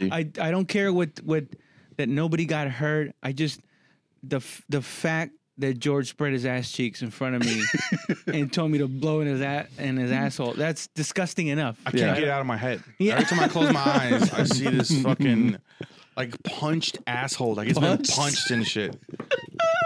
I, I don't care what what that nobody got hurt. I just the f- the fact that George spread his ass cheeks in front of me and told me to blow in his ass in his asshole. That's disgusting enough. I can't Yeah. get it out of my head. Yeah. Every time I close my eyes, I see this fucking like punched asshole. Like it's Punched? been punched and shit.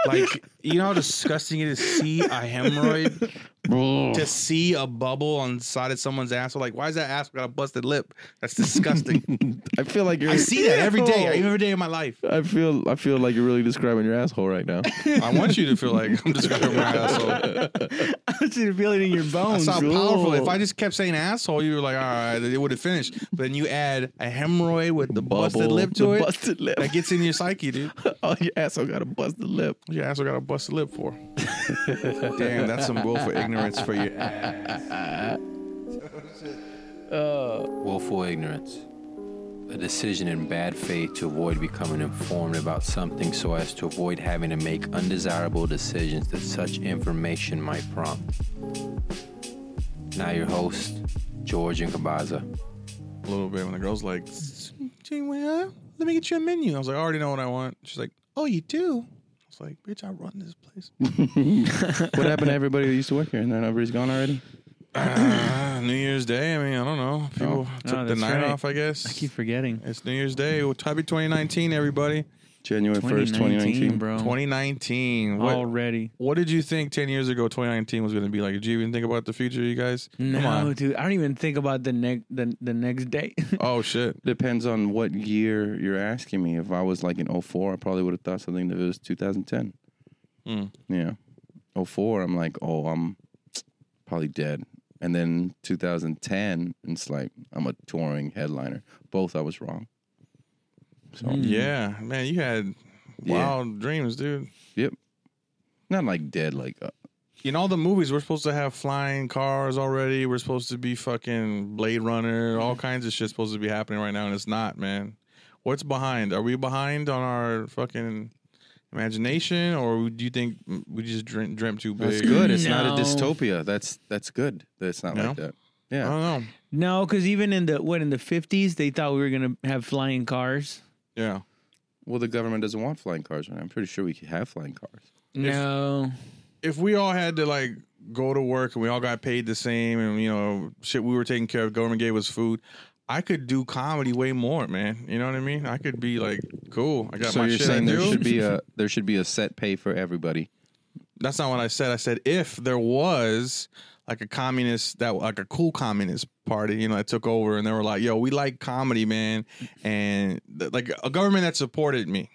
Like you know how disgusting it is to see a hemorrhoid, to see a bubble on the side of someone's asshole. Like why is that asshole got a busted lip? That's disgusting. I feel like you're. I see that every day, Ew. every day of my life. I feel. I feel like you're really describing your asshole right now. I want you to feel like I'm describing my asshole. I want you to feel it in your bones. That's how powerful. Cool. If I just kept saying asshole, you were like, all right, it would have finished. But then you add a hemorrhoid with the busted Bubble, lip to the it. Busted lip. That gets in your psyche, dude. oh, your asshole got a busted lip. Your asshole got a busted lip for. Damn, that's some willful ignorance for you. Willful ignorance. A decision in bad faith to avoid becoming informed about something so as to avoid having to make undesirable decisions that such information might prompt. Now, your host, George and Kabaza. A little bit when the girl's like, "Janeway, let me get you a menu. I was like, I already know what I want. She's like, oh, you do? I was like, bitch, I run this place. What happened to everybody that used to work here? And then everybody's gone already. Ah, New Year's Day. I mean, I don't know. People took the that's night right. off, I guess. I keep forgetting. It's New Year's Day. Well, happy 2019, everybody. January first, 2019. Oh. bro. 2019. What, Already. what did you think 10 years ago 2019 was going to be like? Did you even think about the future, you guys? Come No, on. dude. I don't even think about the next the, the next day. Oh, shit. Depends on what year you're asking me. If I was like in 04, I probably would have thought something that was 2010. Hmm. Mm. Yeah. 04, I'm like, oh, I'm probably dead. And then 2010, it's like, I'm a touring headliner. Both I was wrong. So, Yeah. Man, you had Mm-hmm. Yeah. wild dreams, dude. not like dead, like, uh, In all the movies, we're supposed to have flying cars already. We're supposed to be fucking Blade Runner. Mm-hmm. All kinds of shit's supposed to be happening right now, and it's not, man. What's behind? Are we behind on our fucking imagination, or do you think we just dream, dreamt too big? that's good. It's No. not a dystopia. That's that's good. That's not No? like that. I Yeah. don't know. no, because even in the what in the fifties, they thought we were gonna have flying cars. Yeah. Well, the government doesn't want flying cars right now. I'm pretty sure we could have flying cars. No, if we all had to like go to work and we all got paid the same and you know shit we were taking care of government gave us food i could do comedy way more man you know what i mean i could be like cool i got So my you're shit saying I there do. should be a there should be a set pay for everybody. that's not what i said i said if there was like a communist that like a cool communist party you know that took over and they were like yo we like comedy man and th- like a government that supported me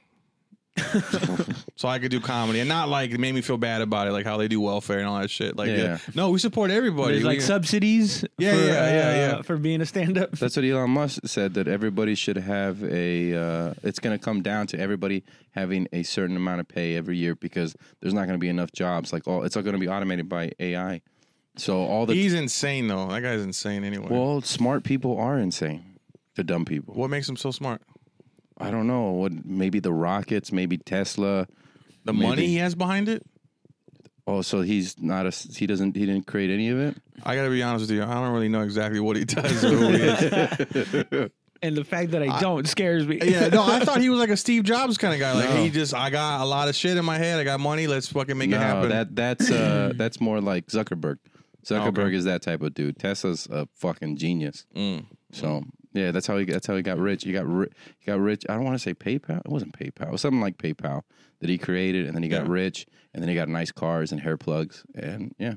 so I could do comedy and not like made me feel bad about it, like how they do welfare and all that shit. Like, Yeah. yeah, no, we support everybody. there's like We- subsidies. Yeah, for, yeah, yeah, uh, yeah. For being a stand up. That's what Elon Musk said that everybody should have a. Uh, it's going to come down to everybody having a certain amount of pay every year because there's not going to be enough jobs. Like all, it's going to be automated by AI. So all the He's insane though. That guy's insane anyway. well, smart people are insane. The dumb people. what makes him so smart? I don't know. What maybe the rockets, maybe Tesla. The Maybe. money he has behind it. Oh, so he's not a. s- He doesn't. He didn't create any of it. I gotta be honest with you. I don't really know exactly what he does. Or who he is. and the fact that I don't scares me. yeah, no, I thought he was like a Steve Jobs kind of guy. Like he just, I got a lot of shit in my head. I got money. Let's fucking make it No, happen. that that's uh that's more like Zuckerberg. Zuckerberg Okay. is that type of dude. Tesla's a fucking genius. Mm. So yeah, that's how he that's how he got rich. He got ri- he got rich. I don't want to say PayPal. It wasn't PayPal. It was something like PayPal that he created, and then he got Yeah. rich, and then he got nice cars and hair plugs, and yeah.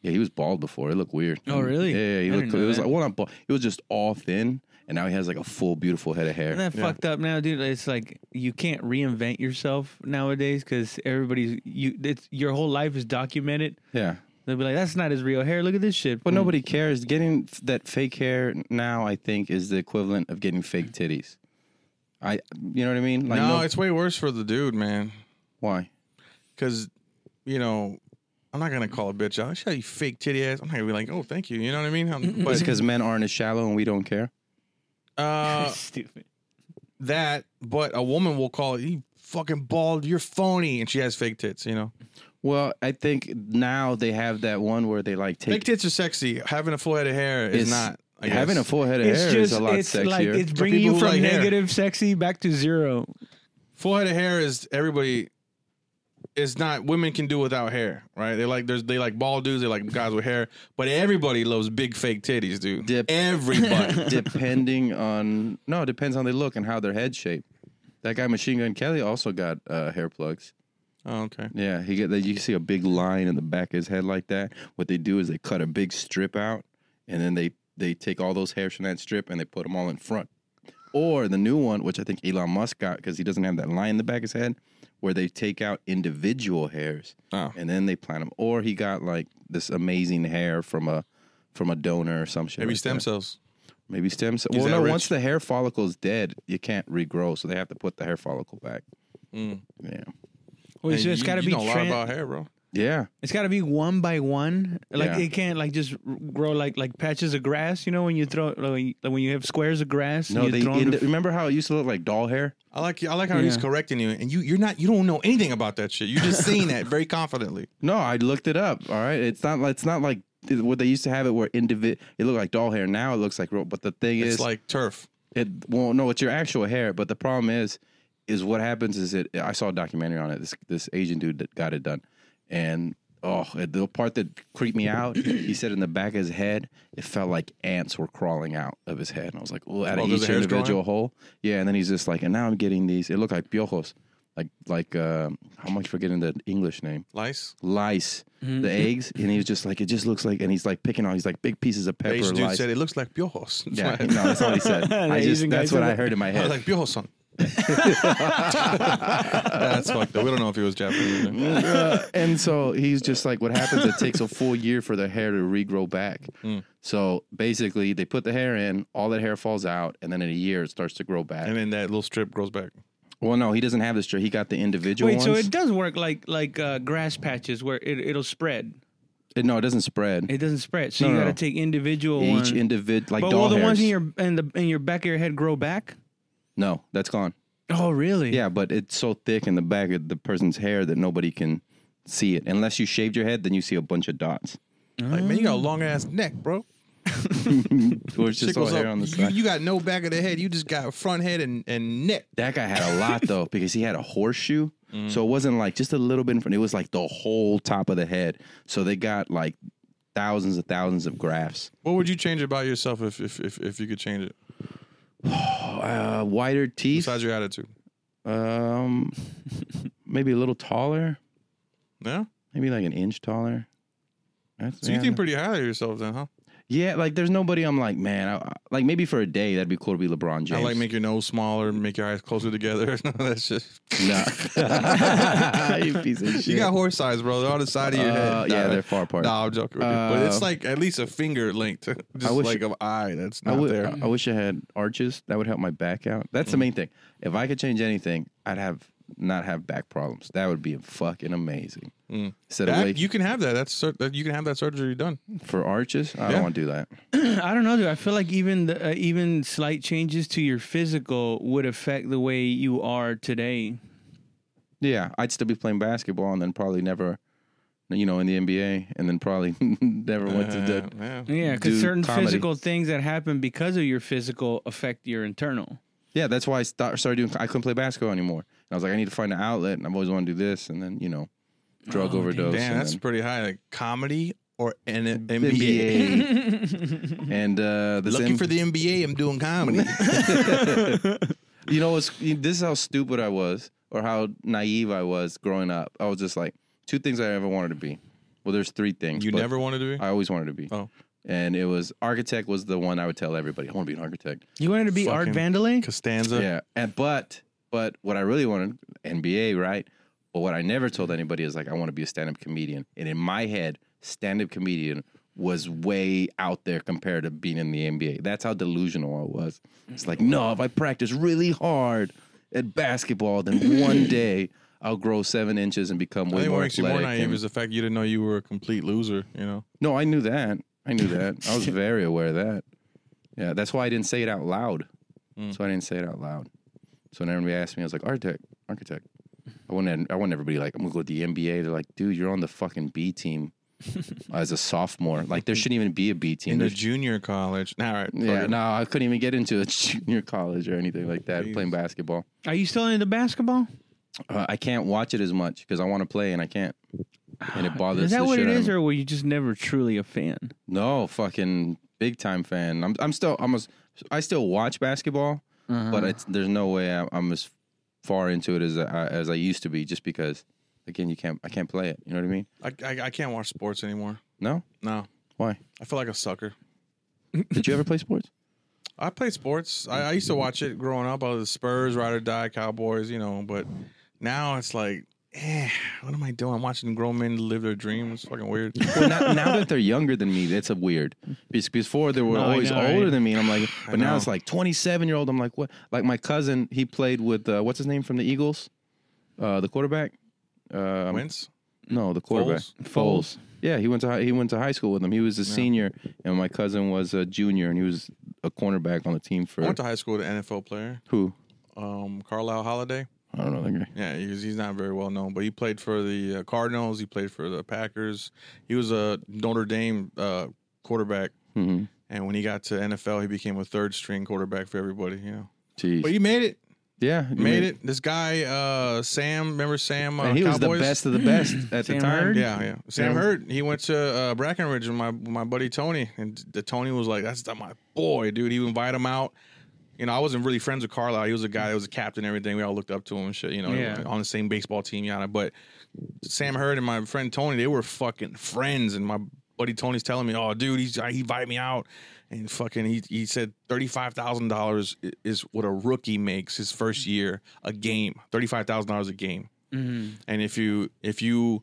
Yeah, he was bald before. It looked weird. Oh, really? Yeah, yeah he I looked. didn't know It was that. like well, not bald. It was just all thin, and now he has like a full, beautiful head of hair. Isn't that fucked up now, dude? It's like you can't reinvent yourself nowadays because everybody's you. It's your whole life is documented. yeah, They'll be like, "That's not his real hair. Look at this shit." Mm. But nobody cares. Getting f- that fake hair now, I think, is the equivalent of getting fake titties. I, you know what I mean? Like, no, it's way worse for the dude, man. why? Because you know, I'm not gonna call a bitch out. Show you fake titty ass. I'm not gonna be like, oh, thank you. You know what I mean? I'm, It's but because men aren't as shallow and we don't care. uh, stupid. that, but a woman will call it. You fucking bald. You're phony, and she has fake tits. You know. Well, I think now they have that one where they like Big take tits are sexy. Having a full head of hair is It's- not. I Having a guess. full head of It's hair just is a lot it's sexier. like it's For bringing people you who from like hair. negative sexy back to zero. full head of hair is everybody it's not women can do without hair, right? They like there's they like bald dudes, they like guys with hair, but everybody loves big fake titties, dude. Dip. Everybody. depending on no, it depends on they look and how their head shape. That guy Machine Gun Kelly also got uh, hair plugs. oh, okay. Yeah, he get that. You can see a big line in the back of his head like that. What they do is they cut a big strip out, and then they they take all those hairs from that strip and they put them all in front. Or the new one, which I think Elon Musk got because he doesn't have that line in the back of his head, where they take out individual hairs Oh. and then they plant them. Or he got like this amazing hair from a from a donor or some shit. Maybe like stem that. cells. Maybe stem cell. Is Well, that no. rich? Once the hair follicle is dead, you can't regrow, so they have to put the hair follicle back. Mm. Yeah. Well, Hey, so it's you- got to you be know a lot tran- about hair, bro. Yeah. It's got to be one by one. Like Yeah. it can't like just r- grow like like patches of grass. You know when you throw like, when you- like when you have squares of grass. No, and you they throw 'em end to- remember how it used to look like doll hair? I like I like how he's Yeah. correcting you, and you you're not you don't know anything about that shit. You're just saying that very confidently. No, I looked it up. All right, it's not. like It's not like what they used to have it where individ. It looked like doll hair. Now it looks like real. But the thing It's is, like turf. it well, no, it's your actual hair. But the problem is, is what happens is it. I saw a documentary on it. This this Asian dude that got it done, and oh, it- the part that creeped me out. he said in the back of his head, it felt like ants were crawling out of his head, and I was like, oh, out Oh, of 'cause the each hair's growing? individual hole. Yeah, and then he's just like, and now I'm getting these. It looked like piojos. Like like um, how much forgetting the English name Lice. lice, Mm-hmm. the eggs, and he was just like, it just looks like, and he's like picking on, he's like big pieces of The pepper Asian dude lice. said it looks like piojos. That's yeah, why- no, that's not what he said. I The just, Asian guy that's what said I that. heard in my I was head. like piojoson. That's fucked up. We don't know if he was Japanese. Either. Uh, and so he's just like, what happens? It takes a full year for the hair to regrow back. Mm. So basically, they put the hair in, all that hair falls out, and then in a year it starts to grow back. And then that little strip grows back. well, no, he doesn't have this straight. He got the individual Wait, ones. so it does work like like uh, grass patches where it it'll spread. It- no, it doesn't spread. It doesn't spread. So No, you no, got to no. take individual Each one. individual, like but doll will the ones in hairs. your in the in your back of your head grow back? no, that's gone. Oh, really? Yeah, but it's so thick in the back of the person's hair that nobody can see it. Unless you shaved your head, then you see a bunch of dots. Like, man, you got a long ass neck, bro. Or it's just all Tickles hair up. on the you, side. you got no back of the head. You just got front head and, and neck. that guy had a lot though, because he had a horseshoe. Mm. So it wasn't like just a little bit in front. It was like the whole top of the head. So they got like thousands and thousands of grafts. What would you change about yourself if if if, if you could change it? Uh, wider teeth. Besides your attitude. Um, maybe a little taller. Yeah. Maybe like an inch taller. That's, So you yeah, think pretty highly of yourself then, huh? yeah, like there's nobody. I'm like, man, I, I- like maybe for a day that'd be cool to be LeBron James. I like make your nose smaller, make your eyes closer together. That's just No. you piece of shit. you got horse eyes, bro. They're on the side of your Uh, head. yeah, Nah, they're far apart. Nah, I'm joking. with you. but Uh, it's like at least a finger length, just wish- like of eye. That's I, not would- there. Mm. I wish I had arches. That would help my back out. That's the main thing. If I could change anything, I'd have not have back problems. That would be fucking amazing. Instead of Mm. That, waiting you can have that. That's sur- that- you can have that surgery done. for arches, I Yeah. don't want to do that. I don't know, dude. I feel like even the, uh, even slight changes to your physical would affect the way you are today. Yeah, I'd still be playing basketball and then probably never, you know, in the NBA and then probably never went to Uh, the. yeah. Yeah, Do because certain comedy. physical things that happen because of your physical affect your internal. Yeah, that's why I sta- started doing. I couldn't play basketball anymore. And I was like, I need to find an outlet, and I've always wanted to do this, and then you know, drug overdose. Oh, Damn, and that's then- pretty high. Like comedy or an, NBA. NBA. and uh, this Looking M- for the NBA, I'm doing comedy. you know, it's, this is how stupid I was or how naive I was growing up. I was just like, two things I ever wanted to be. Well, there's three things. you but never wanted to be? I always wanted to be. Oh. And it was architect was the one I would tell everybody. I want to be an architect. You wanted to be Art Fucking- Vandelay? Costanza. yeah. And but but what I really wanted NBA, right? But what I never told anybody is like I want to be a stand-up comedian. And in my head, stand-up comedian was way out there compared to being in the NBA. That's how delusional I was. It's like, no, if I practice really hard at basketball, then one day I'll grow seven inches and become I way think what more makes you more athletic. naive and- is the fact you didn't know you were a complete loser, you know? no, I knew that. I knew that. I was very aware of that. Yeah, that's why I didn't say it out loud. So I didn't say it out loud. So when everybody asked me, I was like, architect, architect. I want I want everybody like, I'm gonna go to the NBA. They're like, dude, you're on the fucking B team. as a sophomore. Like there shouldn't even be a B team. in the There junior college. All right. Yeah, fuck it. no, I couldn't even get into a junior college or anything like that playing basketball. Are you still into basketball? Uh, I can't watch it as much because I want to play and I can't, and it bothers. Is that the what shit it out of is, me. or were you just never truly a fan? no, fucking big time fan. I'm I'm still almost. I still watch basketball, Uh-huh. but it's there's no way I'm, I'm as far into it as I, as I used to be. Just because, again, you can't I can't play it. You know what I mean? I, I I can't watch sports anymore. No, No, why? I feel like a sucker. Did you ever play sports? I played sports. I, I used to watch it growing up. I was a Spurs, ride or die, Cowboys, you know. But now it's like, eh, what am I doing? I'm watching grown men live their dreams. It's fucking weird. Well, now, now that they're younger than me, that's a weird. Because before they were No, I always know, older right? than me, and I'm like, but now know. it's like 27 year old. I'm like, what? Like my cousin, he played with uh, what's his name from the Eagles, uh, the quarterback. Um, Wentz? No, the quarterback. Foles. Yeah, he went to high, he went to high school with him. He was a senior, and my cousin was a junior, and he was a cornerback on the team for I went to high school with an NFL player, who? um, Carlisle Holiday. I don't know that guy. Yeah, he's, he's not very well known, but he played for the uh, Cardinals. He played for the Packers. He was a Notre Dame uh, quarterback. hmm And when he got to NFL, he became a third string quarterback for everybody, you know. Jeez. But he made it. yeah, he Made it. This guy, uh, Sam, remember Sam? Uh, And he was the Cowboys? best of the best at the Sam time. Hurd? Yeah, yeah. Sam Hurt. He went to uh, Brackenridge with my my buddy Tony, and the Tony was like, "That's my boy, dude." He would invite him out. You know, I wasn't really friends with Carlisle. He was a guy that was a captain, and everything. We all looked up to him and shit. You know, Yeah. on the same baseball team, yada. But Sam Hurd and my friend Tony, they were fucking friends. And my buddy Tony's telling me, "Oh, dude, he's he invited me out." And fucking, he he said thirty five thousand dollars is what a rookie makes his first year a game. Thirty five thousand dollars a game. And if you if you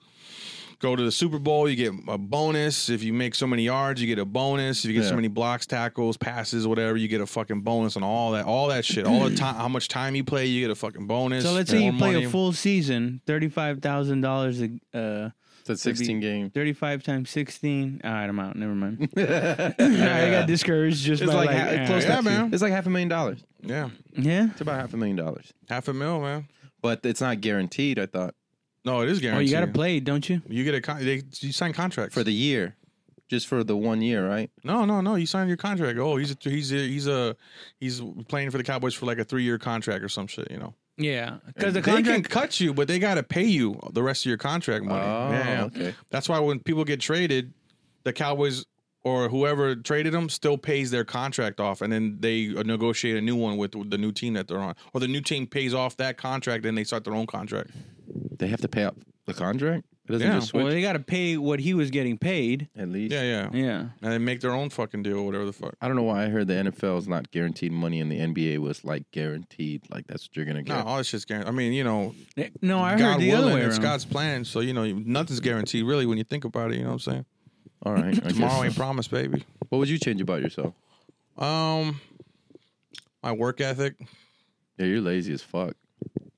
go to the Super Bowl, you get a bonus. If you make so many yards, you get a bonus. If you get so Yeah. many blocks, tackles, passes, whatever, you get a fucking bonus on all that, all that shit. All the time, how much time you play, you get a fucking bonus. So let's say you More play money. a full season, thirty-five thousand dollars. Uh, It's a 16 game. thirty-five times sixteen. All right, I'm out. Never mind. I got discouraged just It's by like, like, ha- all close right. yeah, to man. It's like half a million dollars. Yeah, Yeah. It's about half a million dollars, half a mil, man. but it's not guaranteed. I thought No, it is Oh, guaranteed. you gotta play, don't you? You get a con- they, you sign contracts for the year, just for the one year, right? no no no you sign your contract oh he's a, he's a, he's a he's playing for the Cowboys for like a three year contract or some shit you know Yeah, because the they can contract. cut you but they gotta pay you the rest of your contract money yeah Oh, okay. That's why when people get traded, the Cowboys or whoever traded them still pays their contract off, and then they negotiate a new one with the new team that they're on, or the new team pays off that contract, and they start their own contract. They have to pay up the contract. It doesn't Yeah. just switch Well, they gotta pay what he was getting paid. at least. Yeah, yeah, Yeah. and they make their own fucking deal, whatever the fuck. I don't know why I heard the NFL is not guaranteed money and the NBA was like guaranteed, like that's what you're gonna No, get. all this shit's guaranteed. I mean, you know, No, I heard God the other willing, way it's around. God's plan. So you know, nothing's guaranteed really when you think about it. You know what I'm saying? All right, I Tomorrow guess. ain't promised, baby. What would you change about yourself? Um, my work ethic. Yeah, you're lazy as fuck.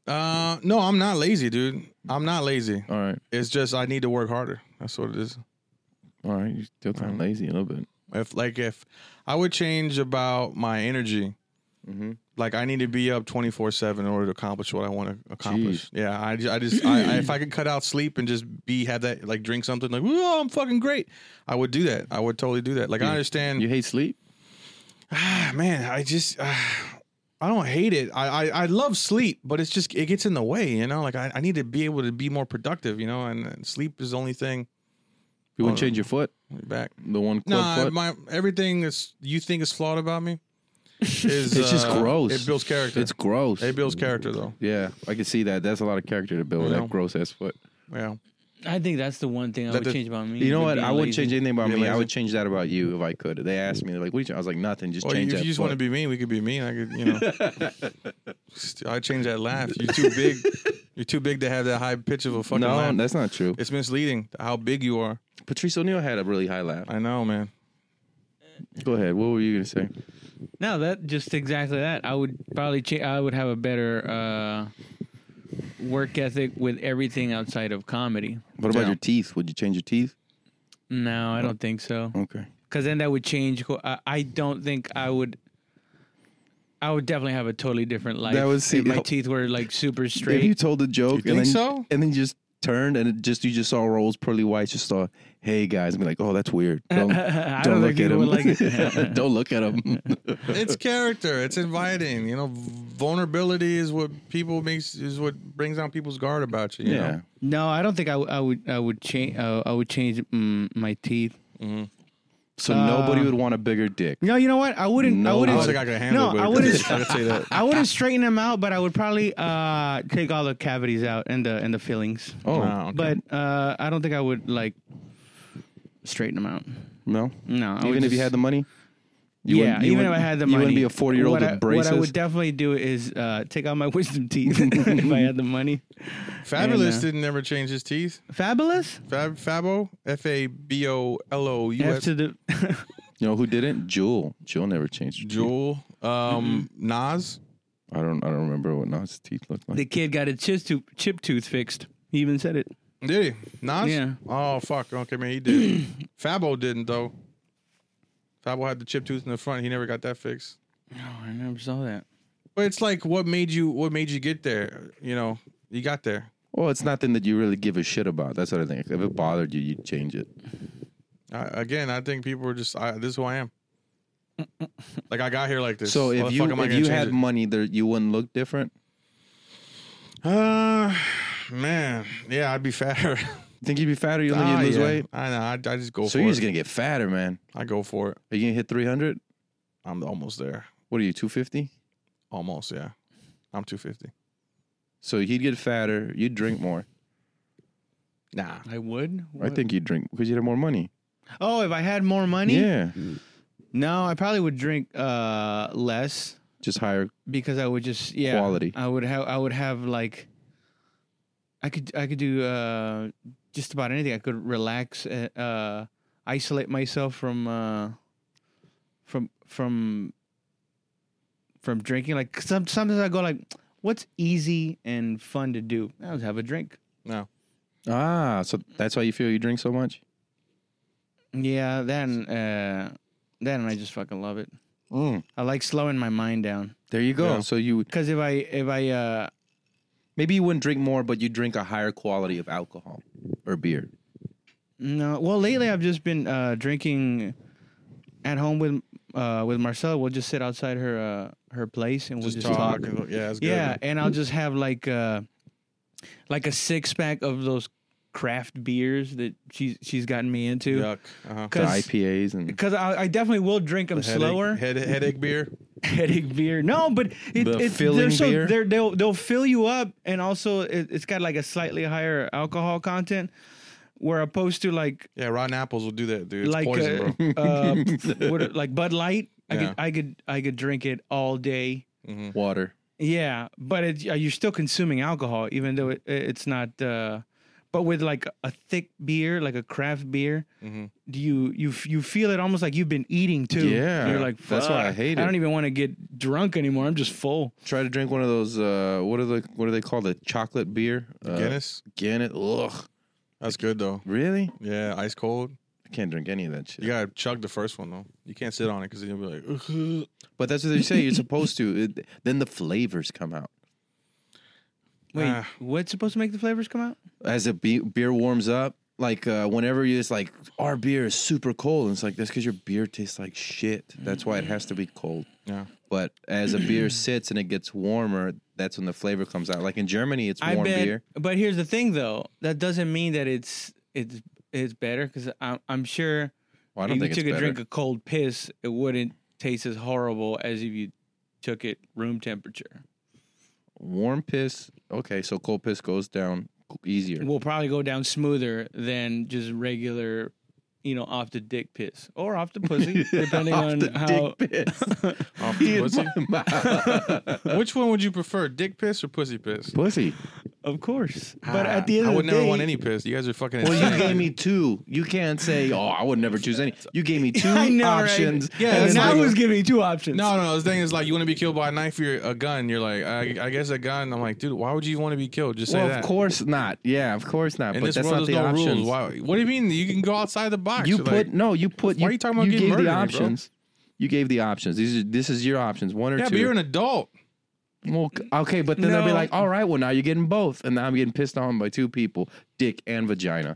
Uh, no, I'm not lazy, dude. I'm not lazy. All right, It's just I need to work harder. That's what it is. all right, you're still kind of lazy a little bit. If like if I would change about my energy, Mhm. like I need to be up twenty four seven in order to accomplish what I want to accomplish. Yeah, I just, I just I, I, if I could cut out sleep and just be have that like drink something like whoa I'm fucking great, I would do that. I would totally do that. Like I understand, You hate sleep? ah, man. I just ah, I don't hate it. I, I I love sleep, but it's just it gets in the way. You know, like I, I need to be able to be more productive. You know, and, and sleep is the only thing. You wouldn't Hold on. change your foot, Back. the one club No, foot. my everything that's you think is flawed about me is It's just uh, gross. It builds character. it's gross. it builds character though. yeah, I can see that. That's a lot of character to build with Yeah. that gross ass foot. Yeah, I think that's the one thing I That would the- change about me. You know would what? be I wouldn't lazy. change anything about Be me. I lazy. would change that about you if I could. They asked me like, "What?" do you change? I was like, "Nothing. Just well, change Oh, you, if that." you just foot. want to be mean, we could be mean. I could, you know, I change that laugh. You're too big. You're too big to have that high pitch of a fucking no, laugh. that's not true. It's misleading how big you are. Patrice O'Neill had a really high laugh. I know, man. Go ahead. What were you gonna say? No, that just exactly that. I would probably change. I would have a better uh, work ethic with everything outside of comedy. What about Yeah. your teeth? Would you change your teeth? No, I don't think so. Okay. Because then that would change. who- I, I don't think I would. I would definitely have a totally different life. That would see- if my teeth were like super If you straight. told the joke, You and think then, so? and then you just turned and it just you just saw Rolls Pearly White just saw, hey guys, and be like, oh, that's weird. Don't, I don't don't look think at people him. would like don't look at him. it's character. It's inviting. You know, vulnerability is what people makes is what brings down people's guard about you. you yeah. know? No, I don't think I, w- I would. I would change. Uh, I would change mm, my teeth. So nobody would want a bigger dick. No, you know what? I wouldn't. I No, I wouldn't. don't think I could handle. no, it, I but wouldn't. I could say that. I wouldn't straighten them out, but I would probably uh, take all the cavities out and the and the fillings. Oh Wow, okay. But uh, I don't think I would like straighten them out. no, No, I would Even if you just- had the money, you yeah, wouldn't- you even if I wouldn't- had the you money, wouldn't be a 40-year-old What with I- What I braces? would definitely do is uh, take out my wisdom teeth if I had the money. Fabulous And, uh, didn't ever change his teeth. Fabulous. Fab Fabo F A B O L O U F S to the you know who didn't? Jewel. Jewel never changed. her teeth. Jewel um Mm-hmm. Nas. I don't. I don't remember what Nas' teeth looked like. the kid got a chip tooth, chip tooth fixed. He even said it. Did he? Nas? Yeah. Oh fuck. Okay, man, he did. Fabo didn't though. Fabo had the chip tooth in the front. He never got that fixed. No, Oh, I never saw that. But it's like what made you what made you get there? You know, you got there. Well, it's nothing that you really give a shit about. That's what I think. If it bothered you, you'd change it. I, again, I think people are just I, this is who I am. like I got here like this. So Why if the you fuck am I if gonna you change had it? money, there you wouldn't look different. Uh, man, yeah, I'd be fatter. Think you'd be fatter? You think Ah, you'd lose yeah. weight? I know. I, I just go So for you're it. just gonna get fatter, man. I go for it. Are you gonna hit 300? I'm almost there. What are you 250? Almost, yeah. I'm 250. So he'd get fatter. You'd drink more. Nah. I would. I think you'd drink because you'd have more money. Oh, if I had more money, Yeah, no, I probably would drink uh, less. just higher. because I would just yeah Quality. I would have I would have like I could I could do uh just about anything. I could relax, uh, uh isolate myself from uh from from from drinking. Like some sometimes I go like, what's easy and fun to do? I would have a drink. No. Ah, so that's why you feel you drink so much. Yeah, then uh then I just fucking love it. I like slowing my mind down There you go. Mm. Yeah. So you because if I if I uh maybe you wouldn't drink more, but you drink a higher quality of alcohol or beer. No, well, lately I've just been uh, drinking at home with uh, with Marcella. We'll just sit outside her uh, her place and we'll just, talk. and- Yeah, it's good. Yeah, and I'll just have like uh, like a six pack of those craft beers that she's she's gotten me into. Yuck. Uh-huh. The Because IPAs and I, I definitely will drink them Headache- slower. Head, headache beer. Headache beer. No, but it, The it, filling they're so, beer? They're, they'll they'll fill you up, and also it, it's got like a slightly higher alcohol content. Where opposed to like Yeah, rotten apples will do that, dude. It's like poison, uh, bro. uh, what- like Bud Light. I Yeah. could I could I could drink it all day. Mm-hmm, water. Yeah, but it, you're still consuming alcohol, even though it, it's not. Uh, but with like a thick beer, like a craft beer, Mhm. do you you f- you feel it almost like you've been eating too? Yeah, you're like that's why I "Fuck, hate I it." don't even want to get drunk anymore. I'm just full. Try to drink one of those. Uh, what are the what are they called? The chocolate beer. Uh, Guinness. Guinness. Ugh. That's good, though. Really? Yeah, ice cold. I can't drink any of that shit. You got to chug the first one, though. You can't sit on it because you'll be like, "Ugh." But that's what they say. You're supposed to. It, then the flavors come out Wait, Ah. what's supposed to make the flavors come out? as the be- beer warms up. Like uh, whenever you, it's like our beer is super cold. And it's like that's because your beer tastes like shit. That's why it has to be cold. Yeah. But as a beer sits and it gets warmer, that's when the flavor comes out. Like in Germany, it's warm I bet. beer. But here's the thing, though. That doesn't mean that it's it's it's better because I'm I'm sure. Well, I don't if think you it's took a better. drink of cold piss, it wouldn't taste as horrible as if you took it room temperature. warm piss. Okay, so cold piss goes down easier. It will probably go down smoother than just regular, you know, off the dick piss or off the pussy, depending Off on the how. dick piss. Off the Oh, pussy. pussy. Which one would you prefer, dick piss or pussy piss? pussy. Of course, but Ah, at the end I of would the never day, want any piss. You guys are fucking Well, you insane. gave me two. You can't say, "Oh, I would never choose any." You gave me two I know, right? options. Yeah, And that's now like- who's giving you two options? No, no, no. The thing is, like, you want to be killed by a knife or a gun. You're like, I, I guess a gun. I'm like, dude, why would you want to be killed? Just say Well, that. of course not. Yeah, of course not. In but this that's world, not there's the no options. rules. Why? What do you mean? You can go outside the box. You You're put like, no. You put. Why you, are you talking about You getting gave the murdered, bro? options. You gave the options. These are this is your options. One or yeah, two. but you're an adult. Well, c- okay, but then they'll be No. like, all right, well, now you're getting both. And now I'm getting pissed on by two people, dick and vagina.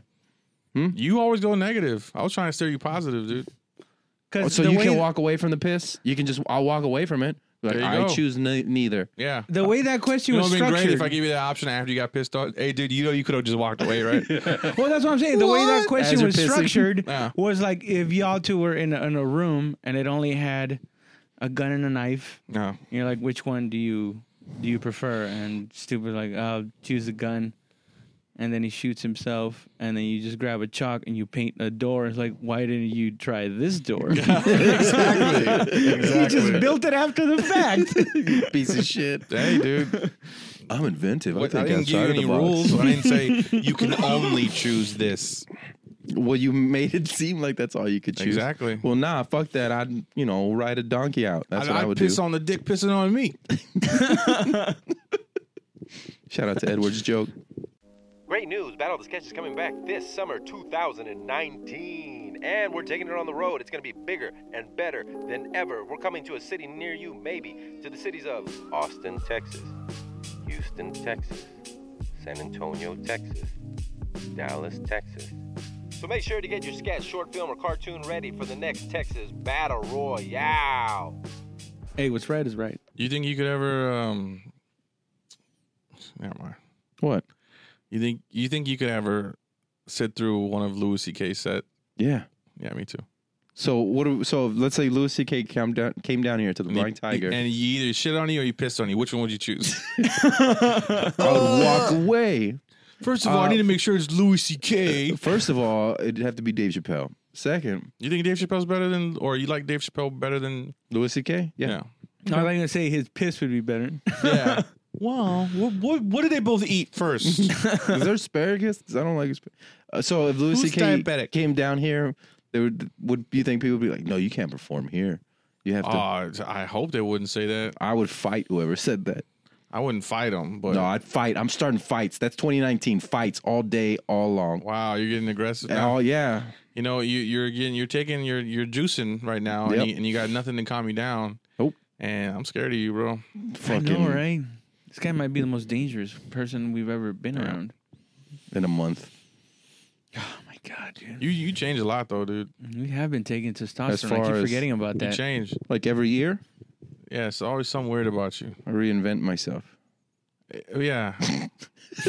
Hmm? You always go negative. I was trying to steer you positive, dude. Oh, Because so you can walk away from the piss? You can just, I'll walk away from it. Like, There you I go. choose ne- neither. Yeah. The way that question You know, was it'd been structured. great if I give you that option after you got pissed off. Hey, dude, you know you could have just walked away, right? well, that's what I'm saying. The way that What? question As you're was pissing. Ah. structured Yeah. was like if y'all two were in a, in a room and it only had a gun and a knife. No. And you're like, which one do you do you prefer? And stupid like, I'll choose the gun. And then he shoots himself, and then you just grab a chalk and you paint a door. It's like, why didn't you try this door? exactly. He just Exactly. built it after the fact. Piece of shit. hey, dude. I'm inventive. What, I I think didn't give you outside of any the box. rules. I didn't say you can only choose this. Well, you made it seem like that's all you could choose. Exactly. Well, nah, fuck that. I'd, you know, ride a donkey out. That's what I, I, would piss do. on the dick pissing on me. Shout out to Edward's joke. Great news! Battle of the Sketch is coming back this summer 2019. And we're taking it on the road. It's going to be bigger and better than ever. We're coming to a city near you, maybe, to the cities of Austin, Texas, Houston, Texas, San Antonio, Texas, Dallas, Texas. So make sure to get your sketch, short film, or cartoon ready for the next Texas Battle Royale. hey, what's right is right. You think you could ever um never mind. What? You think you think you could ever sit through one of Louis C.K.'s set? Yeah. Yeah, me too. So what? Do, so let's say Louis C.K. came down came down here to the Blind Tiger. And you either shit on you or you pissed on you. Which one would you choose? I would walk away. First of all, I need to make sure it's Louis C.K. First of all, it'd have to be Dave Chappelle. Second, You think Dave Chappelle's better than, or you like Dave Chappelle better than? Louis C.K. Yeah. I was gonna say his piss would be better. yeah. Well, what, what what did they both eat first? Is there asparagus? 'Cause I don't like asparagus. Uh, so if Louis Who's C.K. diabetic? came down here, they would would you think people would be like, no, you can't perform here. You have to. uh, I hope they wouldn't say that. I would fight whoever said that. I wouldn't fight them, but No, I'd fight. I'm starting fights. That's 2019 fights all day, all long. wow, you're getting aggressive. And now. all yeah. You know, you, you're getting, you're taking, you're you're juicing right now, Yep. and, you, and you got nothing to calm you down. Nope. And I'm scared of you, bro. I Fucking know, right? This guy might be the most dangerous person we've ever been around. in a month. Oh my god, dude! You you change a lot though, dude. We have been taking testosterone. I far keep as- forgetting about You that. change. Like every year, Yeah, it's always something weird about you. I reinvent myself. Uh, Yeah,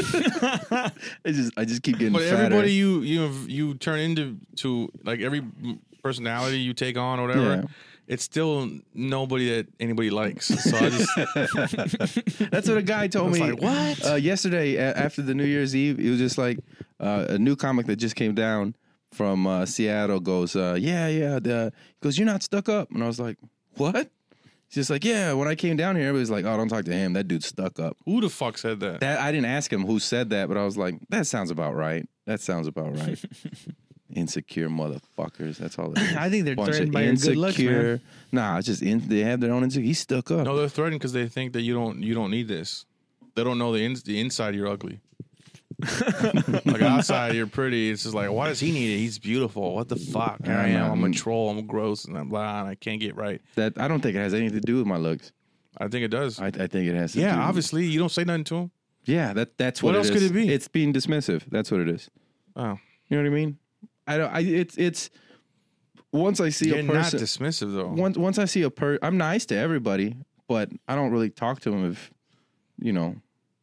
I just I just keep getting but fatter. everybody you you you turn into to like every personality you take on, or whatever. Yeah. It's still nobody that anybody likes. So I just That's what a guy told was me. like, "What?" Uh, yesterday, a- after the New Year's Eve, it was just like uh, a new comic that just came down from uh, Seattle goes, uh, yeah, yeah. The, he goes, you're not stuck up, and I was like, what? He's just like, yeah. When I came down here, everybody's like, oh, don't talk to him. That dude's stuck up. who the fuck said that? That I didn't ask him who said that, but I was like, that sounds about right. That sounds about right. insecure motherfuckers. That's all. It is. I think they're Bunch threatened of by your good looks, man. insecure- Nah, it's just in, they have their own insecure. He's stuck up. No, they're threatened because they think that you don't you don't need this. They don't know the ins the inside you're ugly. like outside you're pretty. It's just like why does he need it? He's beautiful. What the fuck? Here I am. I'm a troll. I'm gross and I'm blind. I can't get right. That I don't think it has anything to do with my looks. I think it does. I, I think it has. To yeah, do- obviously you don't say nothing to him. Yeah, that that's what. What else could is. it be? It's being dismissive. That's what it is. Oh, You know what I mean? I don't. I it's it's once I see you're a not person. dismissive though. once once I see a per, I'm nice to everybody, but I don't really talk to them if you know.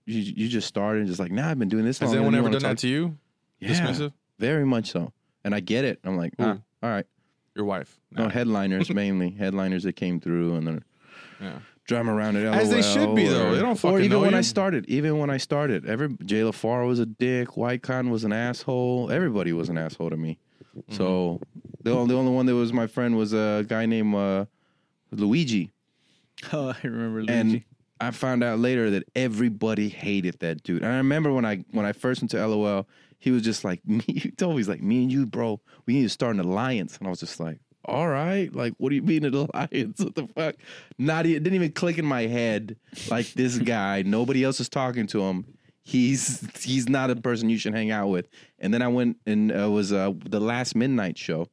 You, you just started and just like, nah, I've been doing this. Has long, anyone and you ever wanna done that talk to you? Dismissive. Hmm. Very much so. And I get it. I'm like, Who? ah, all right. Your wife. No, headliners mainly. Headliners that came through and then Yeah. drum around at LOL. As they should be, though. or- They don't Or fucking even know when you. I started. Even when I started. every Jay LaFar was a dick. White Cotton was an asshole. Everybody was an asshole to me. So Mm-hmm. the, only- the only one that was my friend was a guy named uh, Luigi. Oh, I remember Luigi. And I found out later that everybody hated that dude. And I remember when I when I first went to LOL, he was just like me. He told me he's like, "Me and you, bro, we need to start an alliance." And I was just like, "All right, like, what do you mean an alliance? What the fuck?" Not e- it didn't even click in my head. Like this guy, nobody else is talking to him. He's he's not a person you should hang out with. And then I went and uh, it was uh, the last midnight show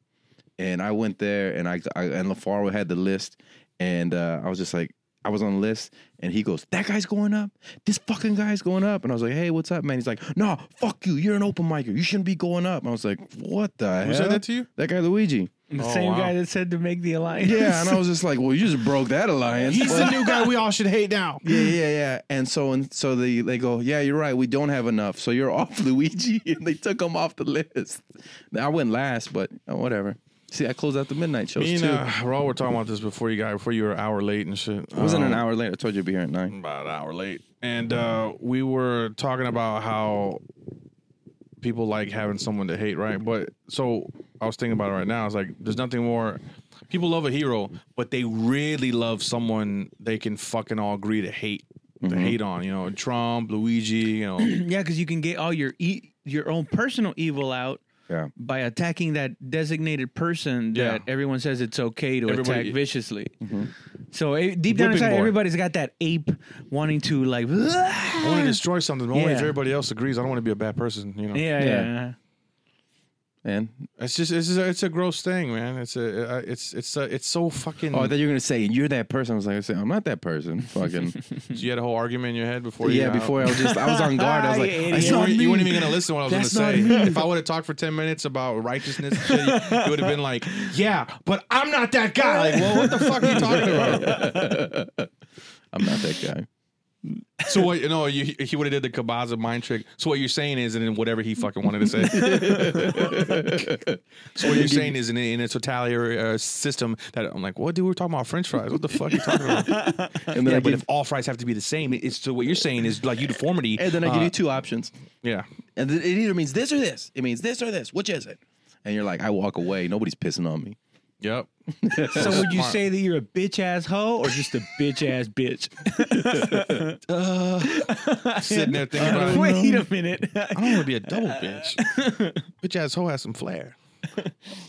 and I went there and I, I and LaFaro had the list and uh, I was just like I was on list, and he goes, "That guy's going up. This fucking guy's going up." And I was like, "Hey, what's up, man?" He's like, "No, fuck you. You're an open micer. You shouldn't be going up." And I was like, "What the hell?" Who said that to you? That guy Luigi. The Oh, same wow. guy that said to make the alliance. Yeah, and I was just like, "Well, you just broke that alliance." He's the new guy we all should hate now. Yeah, yeah, yeah. And so and so they they go, yeah, you're right. We don't have enough, so you're off, Luigi. And they took him off the list. Now, I went last, but uh, whatever. See, I closed out the midnight shows Me and too. uh, Raul were talking about this before you got before you were an hour late and shit. it wasn't Um, an hour late. I told you to be here at nine. about an hour late, and uh, we were talking about how people like having someone to hate, right? But so I was thinking about it right now. It's like there's nothing more. People love a hero, but they really love someone they can fucking all agree to hate, to Mm-hmm. hate on. You know, Trump, Luigi. You know, Yeah, because you can get all your e- your own personal evil out Yeah. by attacking that designated person Yeah. that everyone says it's okay to Everybody- attack viciously. So eh, deep down Whipping inside, boy. everybody's got that ape wanting to like. yeah, I want to destroy something, but only if Yeah. everybody else agrees. I don't want to be a bad person. You know, yeah, yeah. And it's just it's just, it's a gross thing, man. It's a uh, it's it's a, it's so fucking. oh, I thought you were gonna say you're that person. I was like, I said, I'm not that person. Fucking you had a whole argument in your head before. you yeah. got out. Before I was just I was on guard. I was like, You I You saw weren't, you me. weren't even gonna listen to what I was That's gonna say. not me. If I would have talked for ten minutes about righteousness, and shit, you would have been like, "Yeah, but I'm not that guy." Like, well, what the fuck are you talking about? I'm not that guy. So what? You know, you, he would have did the Kabaza mind trick. So what you're saying is, and then whatever he fucking wanted to say. so what you're saying is, in a, in a totalitarian uh, system, that I'm like, what dude? We're talking about French fries. What the fuck are you talking about? And then yeah, I but give, if all fries have to be the same, it's so what you're saying is like uniformity. and then I uh, give you two options. Yeah. And th- it either means this or this. It means this or this. Which is it? And you're like, I walk away. Nobody's pissing on me. Yep. So would you Smart. say that you're a bitch ass hoe or just a bitch ass bitch? Sitting there thinking Uh, about. it. Wait a minute. I don't want to be a double bitch. Uh, bitch ass hoe has some flair.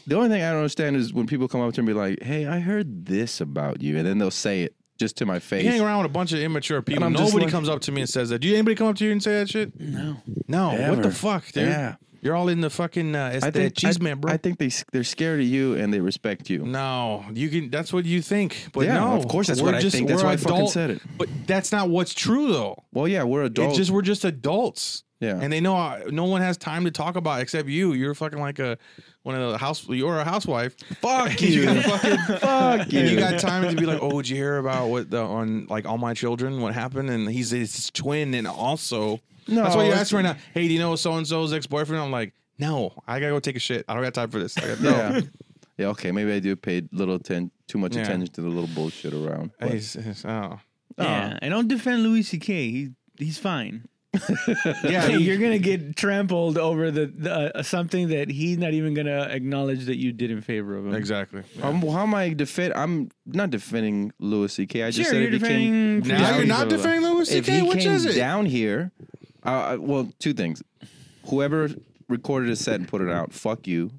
The only thing I don't understand is when people come up to me like, "Hey, I heard this about you," and then they'll say it just to my face. You hang around with a bunch of immature people. I'm just Nobody like- comes up to me and says that. Do you anybody come up to you and say that shit? no. No. What Ever. the fuck, dude? Yeah. You're all in the fucking uh, it's I the think cheese I, man, bro. Mm. I think they s- they're scared of you and they respect you. no, you can. That's what you think, but Yeah, no, of course that's we're what I just, think. That's we're why I fucking adult- said it. But that's not what's true though. Well, yeah, we're adults. It's just we're just adults. Yeah. and they know I, no one has time to talk about it except you. You're fucking like a one of the house. You're a housewife. Fuck you. got fucking fuck you. And you got time to be like, oh, did you hear about what the on like all my children? What happened? And he's his, twin, and also No, that's why you it's- asked right now. Hey, do you know so and so's ex boyfriend? I'm like, no, I gotta go take a shit. I don't got time for this. I got, no. yeah. yeah. Okay, maybe I do pay little atten- too much Yeah. attention to the little bullshit around. but- Hey, it's- it's- oh. Yeah, and don't defend Louis C.K. He he's fine. Yeah, You're gonna get trampled over the, the uh, something that he's not even gonna acknowledge that you did in favor of him. exactly. Um, well, how am I defend? I'm not defending Louis C.K. I just Sure, said you're if he came- defending. Now Down you're not people, though. defending Louis if he C.K. Which came is it? down here, uh, I- well, two things. Whoever recorded a set and put it out, fuck you,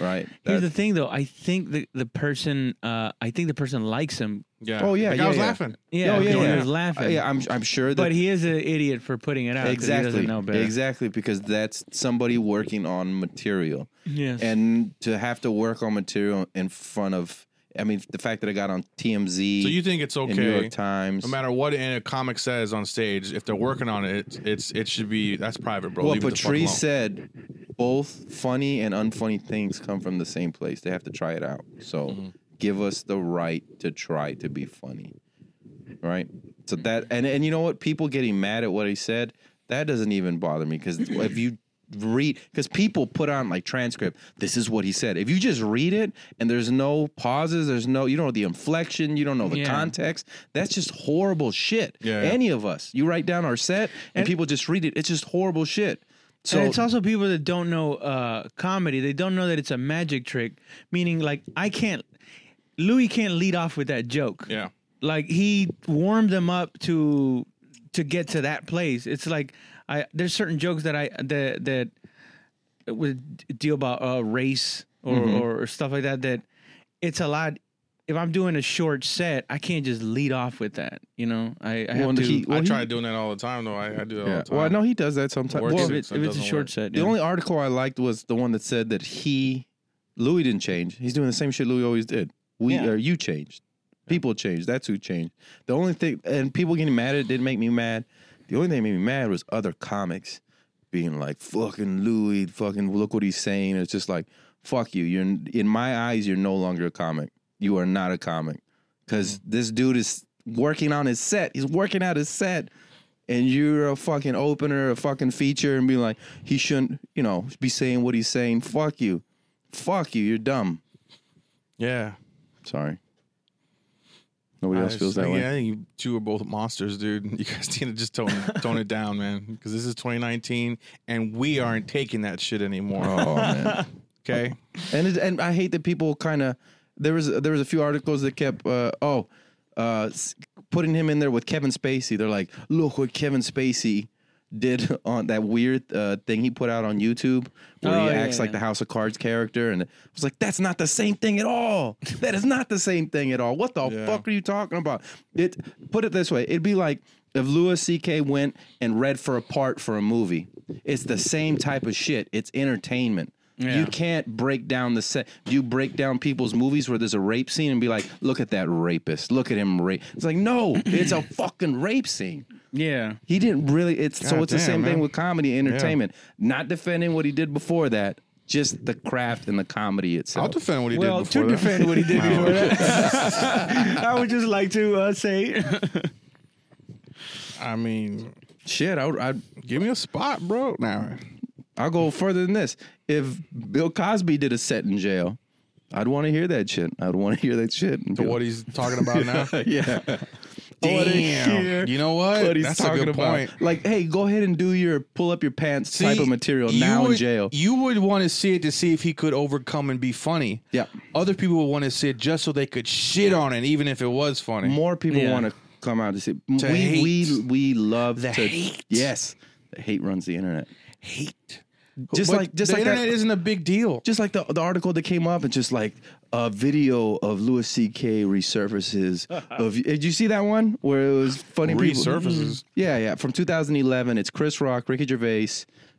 right? Here's the That- thing, though. I think the the person, uh, I think the person likes him. Yeah. Oh, yeah, Like, yeah, I was yeah. laughing. Yeah, Oh, yeah, because yeah. he was laughing. Uh, yeah, I'm I'm sure that but he is an idiot for putting it out. 'cause he exactly doesn't know better. exactly because that's somebody working on material, Yes. and to have to work on material in front of, I mean, the fact that I got on TMZ, So you think it's and New okay? York Times, No matter what a comic says on stage, if they're working on it, it's it should be that's private, bro. Well, Leave it the fuck Patrice alone. said both funny and unfunny things come from the same place. They have to try it out. So Mm-hmm. give us the right to try to be funny. Right? So that and and you know what? People getting mad at what he said, that doesn't even bother me cuz if you read cuz people put on like transcript, this is what he said. If you just read it and there's no pauses, there's no you don't know the inflection, you don't know the Yeah. context, that's just horrible shit. Yeah, yeah. Any any of us. You write down our set, and, people just read it. It's just horrible shit. So and it's also people that don't know uh, comedy. They don't know that it's a magic trick. Meaning, like I can't, Louis can't lead off with that joke. Yeah. like he warmed them up to to get to that place. It's like I there's certain jokes that I that that would deal about uh, race or, Mm-hmm. or stuff like that. That it's a lot. If I'm doing a short set, I can't just lead off with that. You know, I, I have Well, to. he- I he- tried doing that all the time though. I, I do that all Yeah. the time. Well, I know he does that sometimes. Works Well, if, it, it, so if it it's a doesn't short work. set, the yeah. only article I liked was the one that said that he Louis didn't change. He's doing the same shit Louis always did. We Yeah. or you changed. People changed. That's who changed. The only thing, and people getting mad at it didn't make me mad. The only thing that made me mad was other comics being like, fucking Louis, fucking look what he's saying. It's just like, fuck you. You're In my eyes, you're no longer a comic. You are not a comic. Because Mm-hmm. this dude is working on his set. He's working out his set. And you're a fucking opener, a fucking feature, and be like, he shouldn't, you know, be saying what he's saying. Fuck you. Fuck you. You're dumb. Yeah. Sorry. Nobody else I feels just- that way. Yeah, you two are both monsters, dude. You guys need to just tone tone it down, man. Because this is 2019, and we aren't taking that shit anymore. Oh man. Okay, and it, and I hate that people kind of there was there was a few articles that kept uh, oh uh, s- putting him in there with Kevin Spacey. They're like, look what Kevin Spacey did on that weird uh, thing he put out on YouTube where Oh, he yeah, acts like yeah. the House of Cards character, and I was like, that's not the same thing at all. That is not the same thing at all. What the Yeah. fuck are you talking about? It put it this way, it'd be like. If Louis C.K. went and read for a part for a movie, it's the same type of shit. It's entertainment. Yeah. You can't break down the set. You break down people's movies where there's a rape scene and be like, look at that rapist. Look at him rape. It's like, no, it's a fucking rape scene. Yeah. He didn't really. It's so God it's the damn, same man. thing with comedy and entertainment. Not defending what he did before that, just the craft and the comedy itself. I'll defend what he Well, did before. to that. defend what he did before that, I would just like to uh, say, I mean, Shit, I, would- I'd give me a spot, bro. Now, I'll go further than this. If Bill Cosby did a set in jail, I'd want to hear that shit. I'd want to hear that shit. and be what he's talking about now? like, yeah. Damn. You know what? what he's That's talking a good about. point. Like, hey, go ahead and do your pull up your pants type of See, material you now in would- jail. You would want to see it to see if he could overcome and be funny. Yeah. Other people would want to see it just so they could shit on it, even if it was funny. More people Yeah. want to come out to see. To we hate. we we love The to hate. Yes, the hate runs the internet. hate. Just like- just the like that- internet is isn't a big deal. Just like the the article that came up, and just like a video of Louis C.K. resurfaces. of did you see that one where it was funny? people- Resurfaces. Yeah, yeah. From 2011, it's Chris Rock, Ricky Gervais,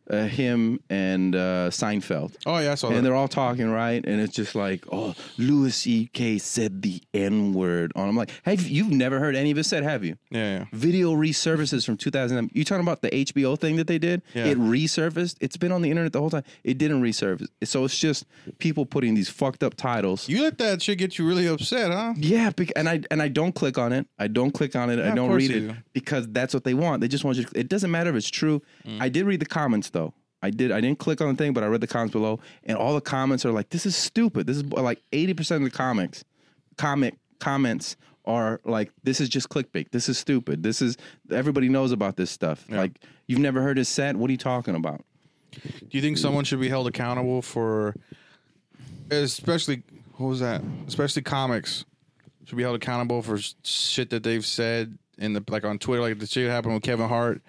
uh, him, and uh, Seinfeld. Oh yeah, I saw and that. they're all talking right and it's just like oh louis ck said the n word on i'm like have you've never heard any of us said have you Yeah, yeah. video resurfaces from 2000 you talking about the hbo thing that they did Yeah. it resurfaced it's been on the internet the whole time it didn't resurface so it's just people putting these fucked up titles You let that shit get you really upset, huh? yeah, bec- and I and I don't click on it. I don't click on it. Yeah, I of don't course read it you do. because that's what they want. They just want you. To, it doesn't matter if it's true. Mm. I did read the comments though. I did. I didn't click on the thing, but I read the comments below, and all the comments are like, "This is stupid." This is bu-" like eighty percent of the comics, comic comments are like, "This is just clickbait. This is stupid. This is everybody knows about this stuff. Like you've never heard his set. What are you talking about?" Do you think someone should be held accountable for, especially what was that? Especially comics should be held accountable for s- shit that they've said in the like on Twitter, like the shit happened with Kevin Hart,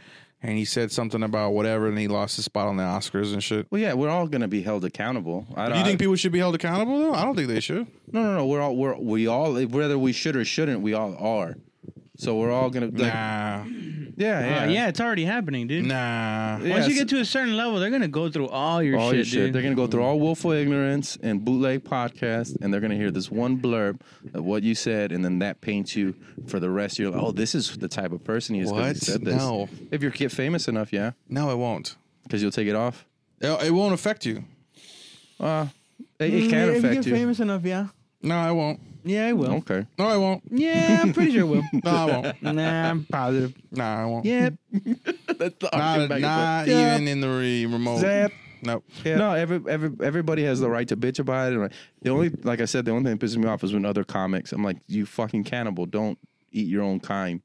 and he said something about whatever, and he lost his spot on the Oscars and shit. Well, yeah, we're all gonna be held accountable. I Do you think people should be held accountable though? I don't think they should. No, no, no. We're all we're we all whether we should or shouldn't, we all are. So we're all gonna like, Nah, yeah, yeah, yeah. yeah, it's already happening, dude. nah. Yeah, Once you so- get to a certain level, they're gonna go through all your all shit, your shit. dude. Mm. They're gonna go through all willful ignorance and bootleg podcast, and they're gonna hear this one blurb of what you said, and then that paints you for the rest. of your life. oh, this is the type of person he is. 'cause he What? Said this. No. If you get famous enough, yeah, No, it won't. because you'll take it off. It, it won't affect you. Uh, it, it Mm, can if you affect get you. famous enough, yeah, No, it won't. yeah, I will. Okay. No, I won't. Yeah, I'm pretty sure it will. No, I won't. nah, I'm positive. Nah, I won't. Yep. That's the Not, not Yeah. even in the re- remote. Zap. Nope. No, every, every everybody has Mm. the right to bitch about it. The only, like I said, the only thing that pisses me off is when other comics. I'm like, you fucking cannibal! Don't eat your own kind.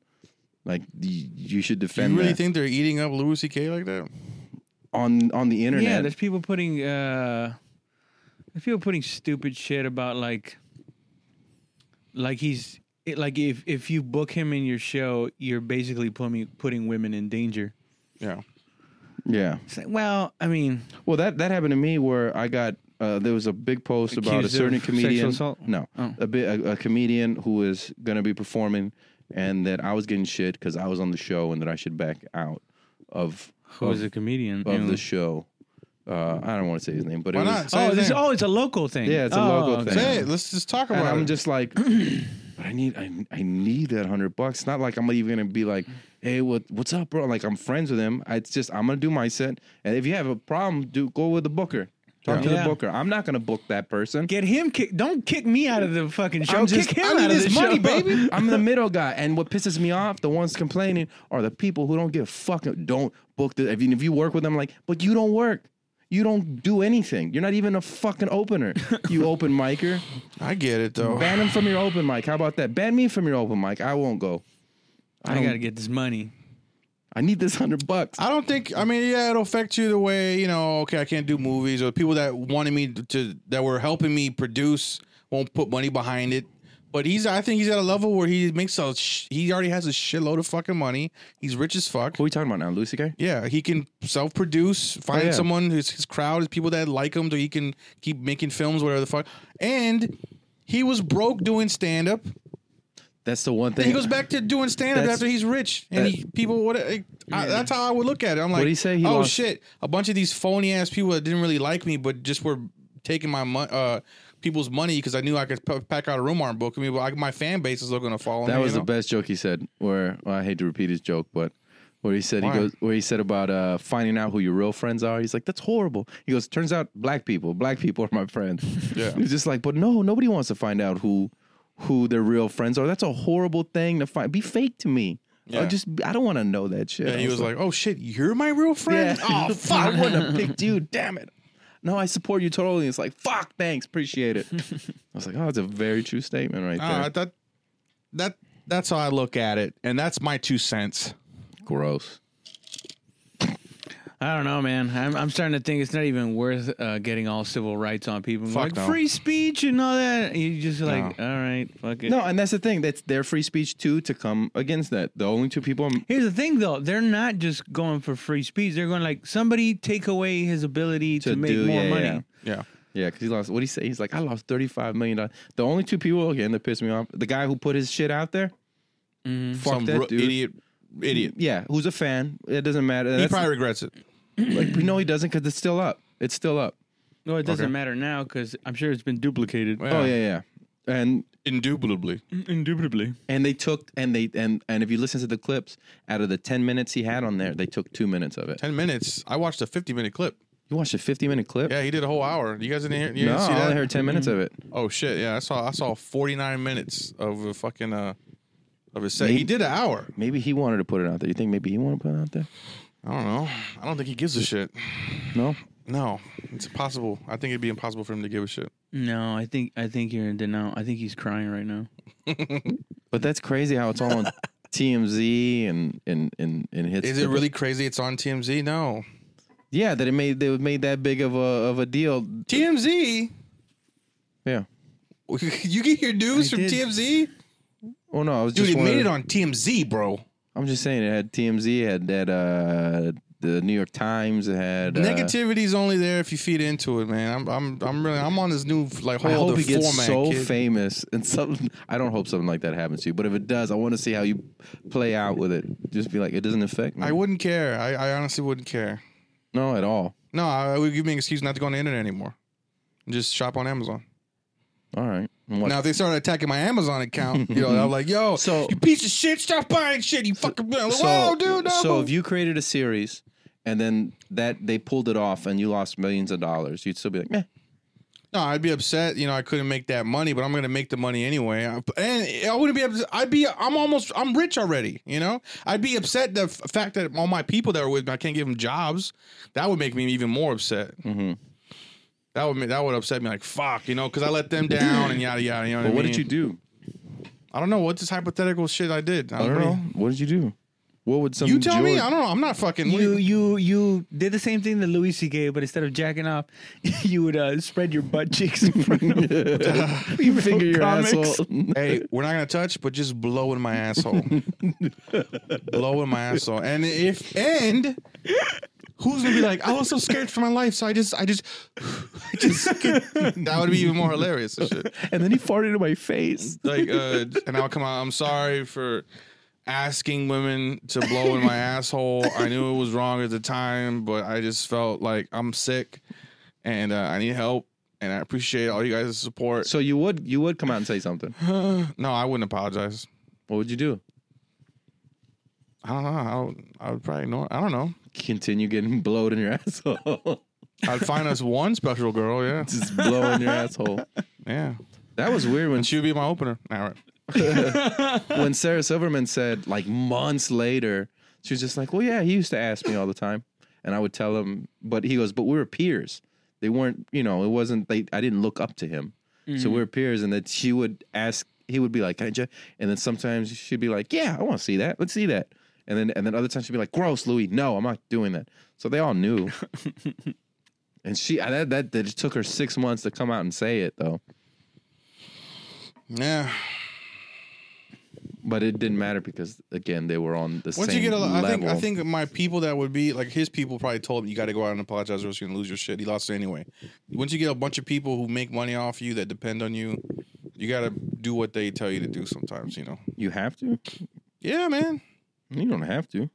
Like you, you should Do defend you really that think they're eating up Louis C.K. like that? on on the internet. Yeah, there's people putting uh there's people putting stupid shit about like like he's it, like if if you book him in your show, you're basically putting putting women in danger. Yeah. yeah. It's like, well, I mean, Well, that that happened to me where I got uh, there was a big post about a Accused certain of comedian. sexual assault? No, Oh. a bit a, a comedian who was going to be performing, and that I was getting shit because I was on the show and that I should back out of who of, is a comedian? of you know? the show. Uh, I don't want to say his name, but Why it was, not? Say oh, his this, name. oh, it's a local thing. Yeah, it's a Oh, local okay. thing. Say it. Let's just talk and about I'm it. just like, but I need I, I need that hundred bucks. Not like I'm even gonna be like, hey, what what's up, bro? Like I'm friends with him. I, it's just I'm gonna do my set, and if you have a problem, do go with the booker. Talk to Yeah. the booker. I'm not gonna book that person. Get him kick. Don't kick me out of the fucking show. I'm just- kick him I need out of his the money, show. baby. I'm the middle guy, and what pisses me off, the ones complaining are the people who don't give a fucking don't book the. I mean, if you work with them, like, but you don't work, you don't do anything. You're not even a fucking opener. You open micer. I get it though. Ban him from your open mic. How about that? Ban me from your open mic. I won't go. I, I, don't- gotta get this money. I need this hundred bucks. I don't think. I mean, yeah, it'll affect you the way you know. Okay, I can't do movies, or people that wanted me to that were helping me produce won't put money behind it. But he's. I think he's at a level where he makes a. Sh- he already has a shitload of fucking money. He's rich as fuck. Who are we talking about now, Lucy Gay? Yeah, he can self-produce, find yeah. someone his his crowd, his people that like him, so he can keep making films, whatever the fuck. And he was broke doing stand-up. That's the one thing. Then he goes back to doing stand-up That's- after he's rich, and he, people. What? I, I, that's how I would look at it. I'm like, What'd he say? He oh lost- shit! A bunch of these phony ass people that didn't really like me, but just were taking my money. Uh, People's money because I knew I could p- pack out a room arm book. I mean, like, my fan base is still going to follow me. That was you the know? best joke he said. Where well, I hate to repeat his joke, but where he said Why? he goes, where he said about uh, finding out who your real friends are. He's like, that's horrible. He goes, turns out black people, black people are my friends. Yeah. He's just like, but no, nobody wants to find out who who their real friends are. That's a horrible thing to find. Be fake to me. Yeah. I just I don't want to know that shit. And I he was like, "Oh shit, you're my real Yeah. friend." Oh fuck! I wouldn't have picked you. Damn it. No, I support you totally. It's like, fuck, thanks, appreciate it. I was like, oh, it's a very true statement right Ah, there. that that that's how I look at it, and that's my two cents. Ah, Gross. I don't know, man. I'm, I'm starting to think it's not even worth uh, getting all civil rights on people. like no. free speech and all that. You just like, all right, fuck it. No, and that's the thing. That's their free speech too to come against that. The only two people. I'm, Here's the thing, though. They're not just going for free speech. They're going like somebody take away his ability to, To make do- more yeah, money. yeah. Yeah, yeah, because he lost. What he say? He's like, I lost thirty five million dollars. The only two people again that pissed me off. The guy who put his shit out there. Fuck Mm-hmm. some that ro- dude. idiot, idiot. Yeah, who's a fan? It doesn't matter. He That's- probably regrets it. like, no, he doesn't because it's still up. It's still up. Well, it doesn't matter now because I'm sure it's been duplicated. Oh yeah, yeah. And indubitably. Indubitably. and they took and they and and if you listen to the clips, out of the ten minutes he had on there, they took two minutes of it. Ten minutes. I watched a fifty-minute clip. You watched a fifty minute clip? Yeah, he did a whole hour. You guys didn't hear? You no, didn't see I that? only heard 10 minutes of it. oh shit! Yeah, I saw. I saw forty-nine minutes of a fucking uh of his set. He did an hour. Maybe he wanted to put it out there. You think maybe he wanted to put it out there? I don't know. I don't think he gives a shit. No. No, it's impossible. I think it'd be impossible for him to give a shit. No, I think I think you're in denial. I think he's crying right now. But that's crazy how it's all on TMZ and and and and hits. Is it different- really crazy? It's on TMZ. No, Yeah, that it made they made that big of a of a deal. TMZ. Yeah. you get your news I from did. TMZ? Oh no, I was Dude, just. it made wondering- it on TMZ, bro. I'm just saying it had TMZ, it had that uh the New York Times, it had uh, Negativity's only there if you feed into it, man. I'm I'm I'm really I'm on this new like whole I hope other he gets format. so kid. famous and something. I don't hope something like that happens to you, but if it does, I want to see how you play out with it. Just be like, it doesn't affect me. I wouldn't care. I, I honestly wouldn't care. no, at all. No, I, it would give me an excuse not to go on the internet anymore. Just shop on Amazon. All right. And what- Now if they started attacking my Amazon account, you know, I'm like, yo, So- you piece of shit, stop buying shit, you fucking whoa, dude. No. so if you created a series and then that they pulled it off and you lost millions of dollars, you'd still be like, meh. No, I'd be upset. You know, I couldn't make that money, but I'm going to make the money anyway. I- And I wouldn't be upset. I'd be, I'm almost, I'm rich already. You know, I'd be upset the f- fact that all my people that are with me, I can't give them jobs. That would make me even more upset. Mm-hmm. That would make, that would upset me like fuck, you know, because I let them down and yada yada. You know what, But what I did you mean? do? I don't know what this hypothetical shit I did. I don't know. What did you do? What would some You tell me. George- I don't know. I'm not fucking. You you you did the same thing that Louis C.K. but instead of jacking off, you would uh, spread your butt cheeks in front of you finger your comics. asshole. hey, we're not gonna touch, but just blow in my asshole. blow in my asshole. And if and who's gonna be like, I was so scared for my life, so I just I just I just that would be even more hilarious and shit. and then he farted in my face. Like uh and I'll come out, I'm sorry for asking women to blow in my asshole. I knew it was wrong at the time, but I just felt like I'm sick and uh, I need help. and I appreciate all you guys' support. So you would you would come out and say something. no, I wouldn't apologize. What would you do? I don't know. I would, I would probably know. I don't know. Continue getting blowed in your asshole. I'd find us one special girl. Yeah, Just blow in your asshole. yeah. That was weird when And she would be my opener. All right. when Sarah Silverman said like months later, she was just like, "Well, yeah, he used to ask me all the time," and I would tell him, but he goes, "But we were peers. They weren't, you know, it wasn't. They, I didn't look up to him, so we were peers." And that she would ask, he would be like, "Can I?" ju-" And then sometimes she'd be like, "Yeah, I want to see that. Let's see that." And then and then other times she'd be like, "Gross, Louis. No, I'm not doing that." So they all knew. And she that that that it took her six months to come out and say it though, Yeah. but it didn't matter because again they were on the Once you same get a lot, level. I think I think my people that would be like his people probably told him you got to go out and apologize or else you're gonna lose your shit. He lost it anyway. Once you get a bunch of people who make money off you that depend on you, you got to do what they tell you to do. Sometimes, you know. You have to? Yeah, man. You don't have to.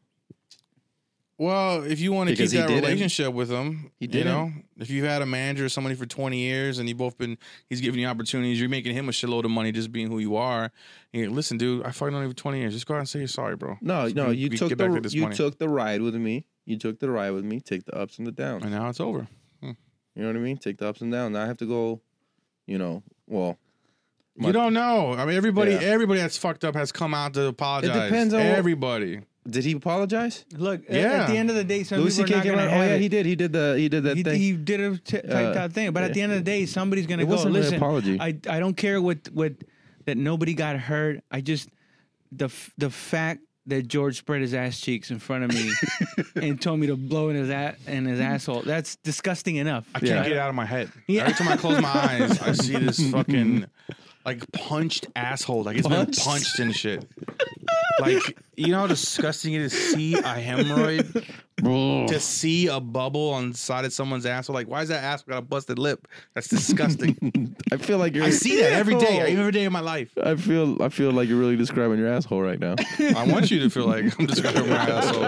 Well, if you want to keep Because he that didn't. relationship with them, He you didn't. know, if you've had a manager or somebody for 20 years and you both been, he's giving you opportunities, you're making him a shitload of money just being who you are. And you're, listen, dude, I fucking known you for 20 years. Just go out and say you're sorry, bro. No, no, we- you we took get back to the this you money. took the ride with me. You took the ride with me. Take the ups and the downs. And now it's over. You know what I mean? Take the ups and downs. Now I have to go, you know, well, You don't know. I mean, everybody, Yeah. everybody that's fucked up has come out to apologize. depends on what- everybody. did he apologize? Look, a- Yeah. at the end of the day, some Louis people are C.K. not came gonna out. Oh have yeah, it. he did. He did the he did that he, thing. he did a t- typed Uh, out thing, but at the end of the day, somebody's gonna It go. wasn't an Listen, apology. I I don't care what what that nobody got hurt. I just the f- the fact that George spread his ass cheeks in front of me and told me to blow in his ass in his asshole. That's disgusting enough. I can't Yeah. get it out of my head. Yeah. Every time I close my eyes, I see this fucking like punched asshole. Like it's Punched? been punched and shit. Like you know how disgusting it is to see a hemorrhoid, to see a bubble on the side of someone's asshole. Like why is that asshole got a busted lip? That's disgusting. I feel like you're. I see that every day, every day of my life. I feel I feel like you're really describing your asshole right now. I want you to feel like I'm describing my asshole.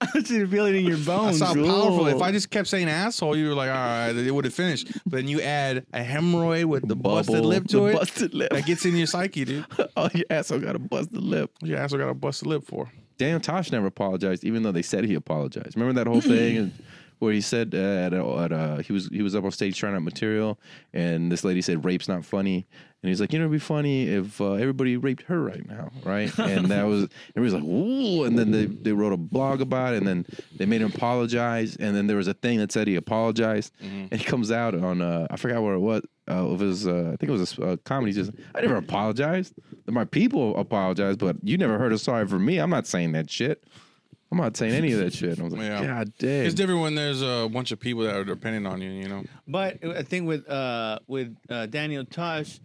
I see the feeling in your bones. That's how Lou. powerful. If I just kept saying asshole, you were like, all right, it would have finished. But then you add a hemorrhoid with the busted Bubble, lip to the it. Busted lip. That gets in your psyche, dude. oh, your asshole got a busted lip. What your asshole got a busted lip for? Daniel Tosh never apologized, even though they said he apologized. Remember that whole thing and- where he said uh, at, a, at a, he was he was up on stage trying out material, and this lady said rape's not funny, and he's like, you know, it'd be funny if uh, everybody raped her right now, right? And that was everybody's like, ooh, and then they they wrote a blog about it, and then they made him apologize, and then there was a thing that said he apologized, Mm-hmm. and he comes out on uh, I forgot where it was. Uh, it was uh, I think it was a, uh comedy. He says, I never apologized. My people apologized, but you never heard a sorry for me. I'm not saying that shit. I'm not saying any of that shit. And I was like, Yeah. God damn. It's different when there's a bunch of people that are dependent on you. You know, But I think with uh with uh, Daniel Tosh,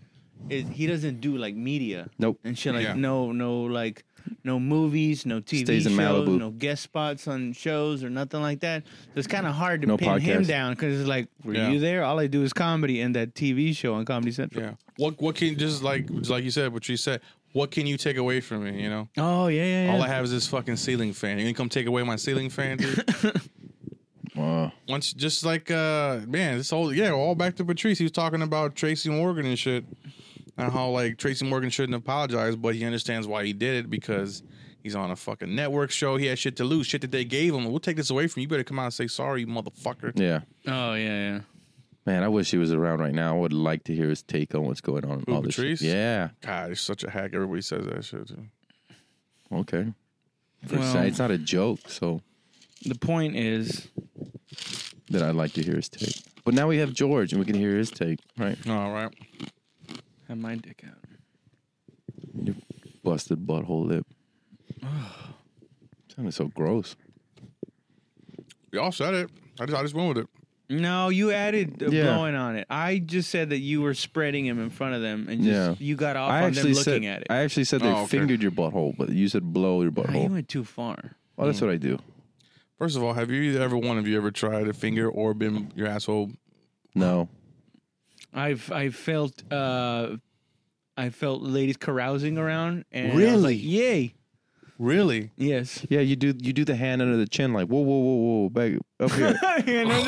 is he doesn't do like media. Nope. And shit like Yeah. no no like no movies, no TV Stays in shows, Malibu. no guest spots on shows or nothing like that. So it's kind of hard to No pin him podcast. down because it's like, were Yeah. you there? All I do is comedy and that TV show on Comedy Central. yeah. What what can just like just like you said, what you said. What can you take away from me? You know, Oh yeah yeah. yeah. all I have is this fucking ceiling fan. You gonna come take away my ceiling fan, dude? Wow. Once just like uh man, this whole yeah, all back to Patrice. He was talking about Tracy Morgan and shit. And how like Tracy Morgan shouldn't apologize, but he understands why he did it because he's on a fucking network show. He had shit to lose, shit that they gave him. We'll take this away from you. You better come out and say sorry, you motherfucker. yeah. oh yeah yeah. Man, I wish he was around right now. I would like to hear his take on what's going on. in Who, all this shit. Patrice? Yeah. God, he's such a hack. Everybody says that shit too. Okay. For Well- sa- it's not a joke, so The point is, that I'd like to hear his take. But now we have George, and we can hear his take. Right. All right. have my dick out. Busted butthole lip. Sounded so gross. Y'all said it. I just I just went with it. No, you added the Yeah. blowing on it. I just said that you were spreading him in front of them and just Yeah. you got off I on them actually looking said at it. I actually said they Oh, okay. fingered your butthole, but you said blow your Nah, you butthole. went too far. Oh, that's what I do. First of all, have you ever one of you ever tried a finger or been your asshole? No. I've I felt uh I felt ladies carousing around and I was Really? like, yay. Really? Yes. Yeah, you do you do the hand under the chin like whoa whoa whoa whoa back up here. over here, over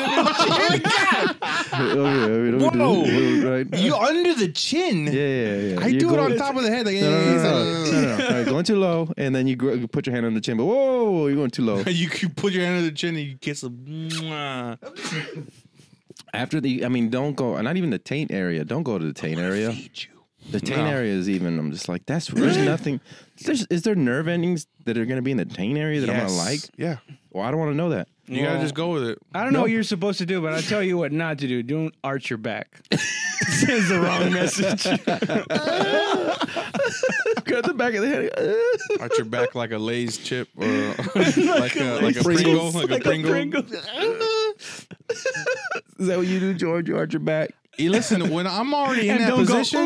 here, over Whoa. here, right? You under the chin? yeah, yeah, yeah. I You do it go- on top of the head. Like, No, no, no, no, no, eh, no, no, no. All right, going too low, and then you, gr- you put your hand on the chin. But whoa, whoa, you're going too low. You, you put your hand under the chin and you kiss them. After the, I mean, don't go. Not even the taint area. Don't go to the taint area. The taint No. area is even. I'm just like that's. There's nothing. There's, is there nerve endings that are going to be in the taint area that I'm going to like? Yeah. Well, I don't want to know that. You gotta Well- just go with it. I don't know what you're supposed to do, but I'll tell you what not to do. Don't arch your back. Sends the wrong message. Got the back of the head. Arch your back like a Lay's chip or like, a, like a Pringle. Like, a Pringle. is that what you do, George? You arch your back. Hey, listen, when I'm already in And that don't go, position.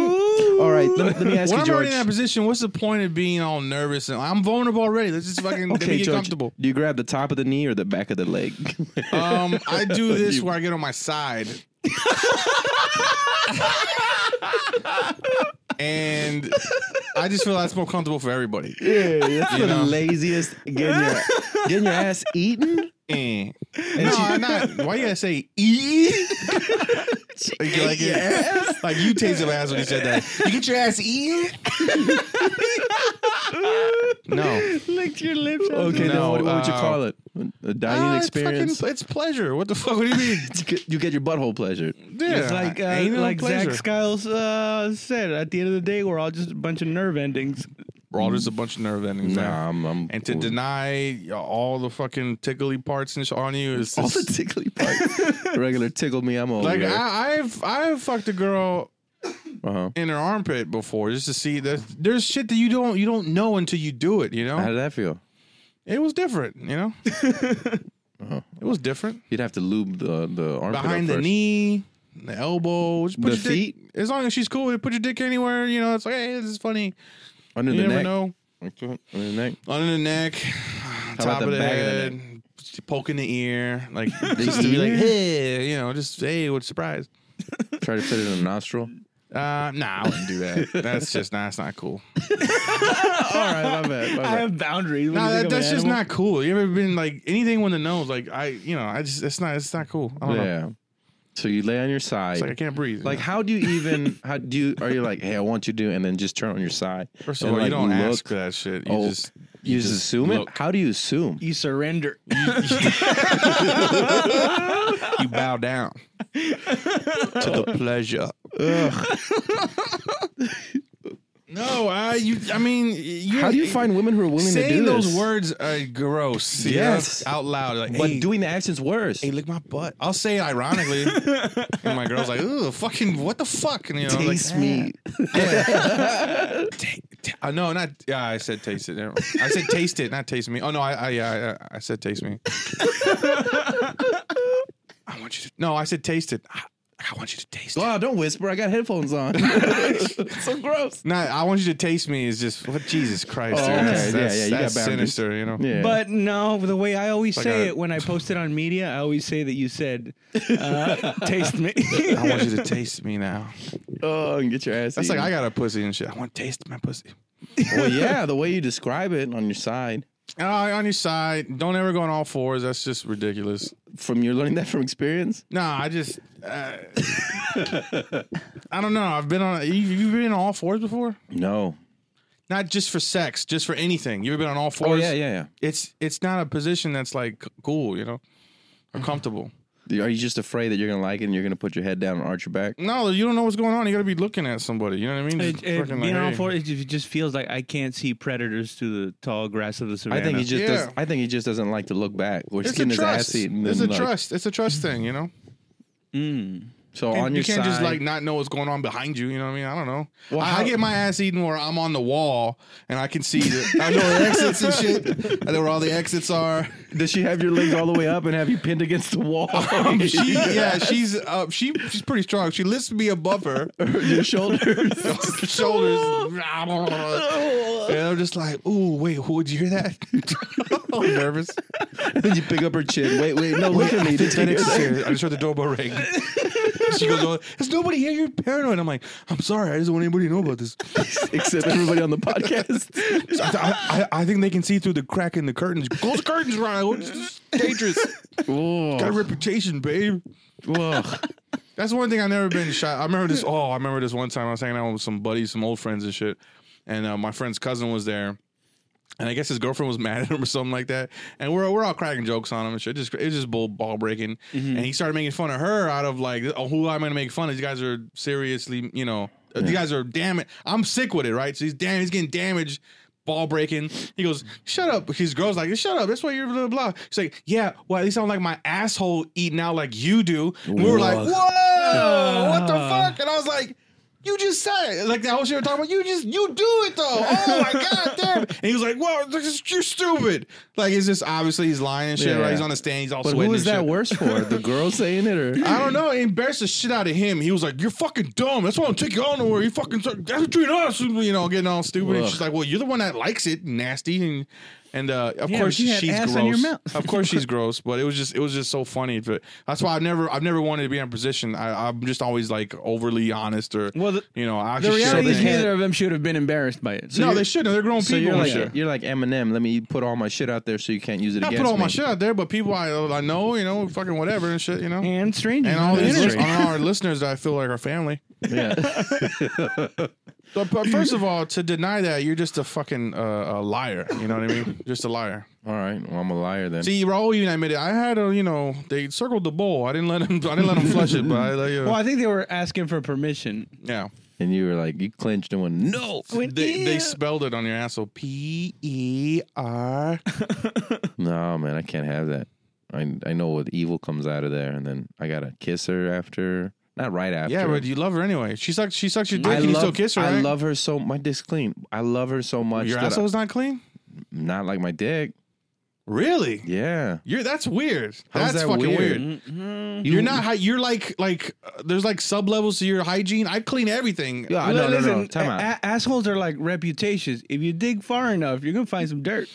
All right. Let, me- let me ask when you, I'm George. already in that position, what's the point of being all nervous? And I'm vulnerable already. Let's just fucking let me okay, get George. comfortable. Do you grab the top of the knee or the back of the leg? Um, I do this where I get on my side. and I just feel that's more comfortable for everybody. Yeah, that's You the know? laziest. Getting your, getting your ass eaten. Eh. no, I'm not. Why you gotta say e? like, you- like, you- like you tasted my ass when you said that. You get your ass E? eaten? no. Licked your lips. Okay, then No, what, what would you uh, call it? A dining Ah, it's fucking- experience. it's pleasure. What the fuck? What do you mean? You get- you get your butthole pleasured. Yeah, It's like uh, ain't no like pleasure. Zach Skiles uh, said. At the end of the day, we're all just a bunch of nerve endings. We're all just a bunch of nerve endings. Nah, now. I'm, I'm and to deny all the fucking tickly parts and shit on you is all just- the tickly part. Regular tickle me, I'm over. like ah. it. I, I've I've fucked a girl uh-huh. in her armpit before just to see that there's shit that you don't you don't know until you do it. You know, How did that feel? it was different. You know, Uh-huh. it was different. You'd have to lube the the armpit Behind up the first. knee, the elbow, just put The your dick- feet? as long as she's cool, with it, put your dick anywhere. You know, it's like hey, this is funny. under you the never neck. know. Okay, Under the neck. under the neck, top about the of the back of the head, poking the ear, like just to be ear? like, hey, you know, just hey, what surprise? Try to fit it in the nostril. Uh, nah, I wouldn't do that. That's just nah, that's not cool. all right, my bad. My I have boundaries. What Nah, do you that, think of an that's just animal? not cool. You ever been like anything with the nose? Like I, you know, I just it's not it's not cool. I don't know. yeah. So you lay on your side. It's like I can't breathe. Like, how do you even? How do you? Are you like, hey, I want you to, do," and then just turn on your side? first of and, all, you like, don't look? ask for that shit. You Oh. just You, just, assume look. it. How do you assume? You surrender. you bow down to the pleasure. no, I you. I mean, you. How do you find women who are willing saying to do this? those words are gross. you know, Yes. out loud. Like, but hey, doing the action's worse. hey, lick my butt. I'll say it ironically, and my girl's like, "Ooh, fucking what the fuck?" And you know, I'm like, Taste me. "Ta- ta- uh, no, not. Yeah, I said taste it. Never mind. I said taste it, not taste me. Oh no, I, I yeah, I, I said taste me. I want you to. No, I said taste it. I, I want you to taste it. Oh, don't whisper. I got headphones on. it's so gross. No, I want you to taste me is just what Jesus Christ. Oh, dude. okay. That's, Yeah, that's- yeah, you got that's boundaries. sinister, you know. Yeah. But no, the way I always Like say a- it when I post it on media, I always say that you said, uh, "Taste me." I want you to taste me now. oh, and get your ass. That's like eaten. I got a pussy and shit. I want to taste my pussy. Well, yeah, the way you describe it on your side, Uh, on your side, don't ever go on all fours. That's just ridiculous. from you're learning that from experience. Nah, I just, uh, I don't know. I've been on. You, you've been on all fours before? No. Not just for sex, just for anything. You've been on all Oh fours. yeah, yeah, It's it's not a position that's like cool, you know, or comfortable. yeah. Are you just afraid that you're gonna like it and you're gonna put your head down and arch your back? No, you don't know what's going on. You got to be looking at somebody. You know what I mean? It, Just it- fucking being like, on hey. four, it ju- just feels like I can't see predators through the tall grass of the savannah. I think he just Yeah. does, I think he just doesn't like to look back. We're It's a getting his trust. ass eaten. It's a and, like- trust. It's a trust thing, you know. So And on you your can't side, just like not know what's going on behind you. You know what I mean? I don't know. Well, I, I how- get my ass eaten where I'm on the wall and I can see. The, I know the exits and shit. I know where all the exits are. does she have your legs all the way up and have you pinned against the wall? She, yeah, she's uh, she she's pretty strong. She lifts me above her your shoulders. shoulders. and I'm just like, ooh, wait, who would you hear that? I'm nervous. and then you pick up her chin. Wait, wait, no, look at me. Did you hear that? I just heard the doorbell ring. she goes, oh, "Is nobody here? You're paranoid." I'm like, "I'm sorry. I just don't want anybody to know about this. Except everybody on the podcast. I, I, I think they can see through the crack in the curtains. Close the curtains, Ryan. It's just dangerous. Got a reputation, babe." That's one thing I've never been shot. I remember this. Oh, I remember this one time I was hanging out with some buddies, some old friends and shit, and uh, my friend's cousin was there, and I guess his girlfriend was mad at him or something like that. And we're we're all cracking jokes on him and shit. Just it was just bull ball breaking, and he started making fun of her out of like, oh, who am I gonna make fun of? These guys are seriously, you know, uh, these guys are damn it. I'm sick with it, right? So he's damn, he's getting damaged. Ball breaking. He goes, shut up. His girl's like, shut up. That's why you're blah blah. blah." She's like, yeah. Well, at least I don't like my asshole eating out like you do. And we were like, Whoa. whoa, what the fuck? And I was like, you just said it. Like that whole shit we're talking about, you just, you do it though. Oh my God damn. And he was like, whoa, this is, you're stupid. Like, it's just obviously he's lying and shit, Yeah. right? He's on the stand, he's all But sweating. who is and that shit. worse for? The girl saying it or I don't know. It embarrassed the shit out of him. He was like, "You're fucking dumb. That's why I'm taking you all nowhere. You fucking that's between us." You know, getting all stupid. And Ugh. she's like, "Well, you're the one that likes it, nasty." And and uh, of Yeah, course but you had she's ass gross. on your mouth. of course she's gross. But it was just it was just so funny. But that's why I've never I've never wanted to be in a position. I, I'm just always like overly honest or Well, the- you know I The reality is they had- neither of them should have been embarrassed by it. no, you're- they shouldn't. They're grown So people. you're and like shit. you're like Eminem. Let me put all my shit out there so you can't use it I against put all me. my shit out there, but people I, I know, you know, fucking whatever and shit, you Mm-hmm. know, and strangers and all the That's internet- right. all our listeners that I feel like are family. Yeah. But, but first of all, to deny that, you're just a fucking uh, a liar. You know what I mean? Just a liar. all right. Well, I'm a liar then. See, Raul even admitted I had a you know they circled the bowl. I didn't let him. I didn't let him flush it. But I let you. Well, I think they were asking for permission. yeah. and you were like, you clinched and went, no. They, they spelled it on your asshole. P E R. No, man, I can't have that. I I know what evil comes out of there, and then I gotta kiss her after, not right after. Yeah, but you love her anyway. She sucks. She sucks your dick. I and you love, still kiss her. I right? love her so. My dick's clean. I love her so much. your that I- asshole's not clean. not like my dick. Really? Yeah. You're that's weird. How's That's that fucking weird? weird. Mm-hmm. You're not. High, you're like like uh, there's like sub levels to your hygiene. I clean everything. Yeah, I- no, no, no. Time a- out. a- assholes are like reputations. If you dig far enough, you're gonna find some dirt.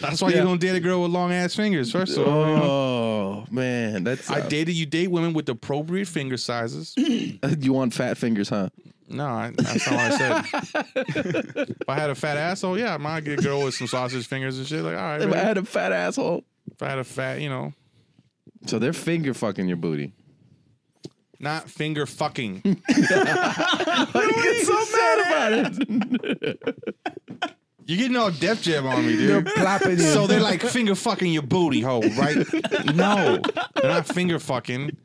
That's why you don't date a girl with long ass fingers. First of all, you know. Oh man, that's. I uh, dated you date women with appropriate finger sizes. You want fat fingers, huh? no, I- that's not what I said. if I had a fat asshole, yeah, I might get a girl with some sausage fingers and shit. Like, all right, If I babe. had a fat asshole. if I had a fat, you know, So they're finger fucking your booty. not finger fucking. get so mad about it. You're getting all Def Jam on me, dude. Plopping So they're like finger fucking your booty hole, right? No, they're not finger fucking.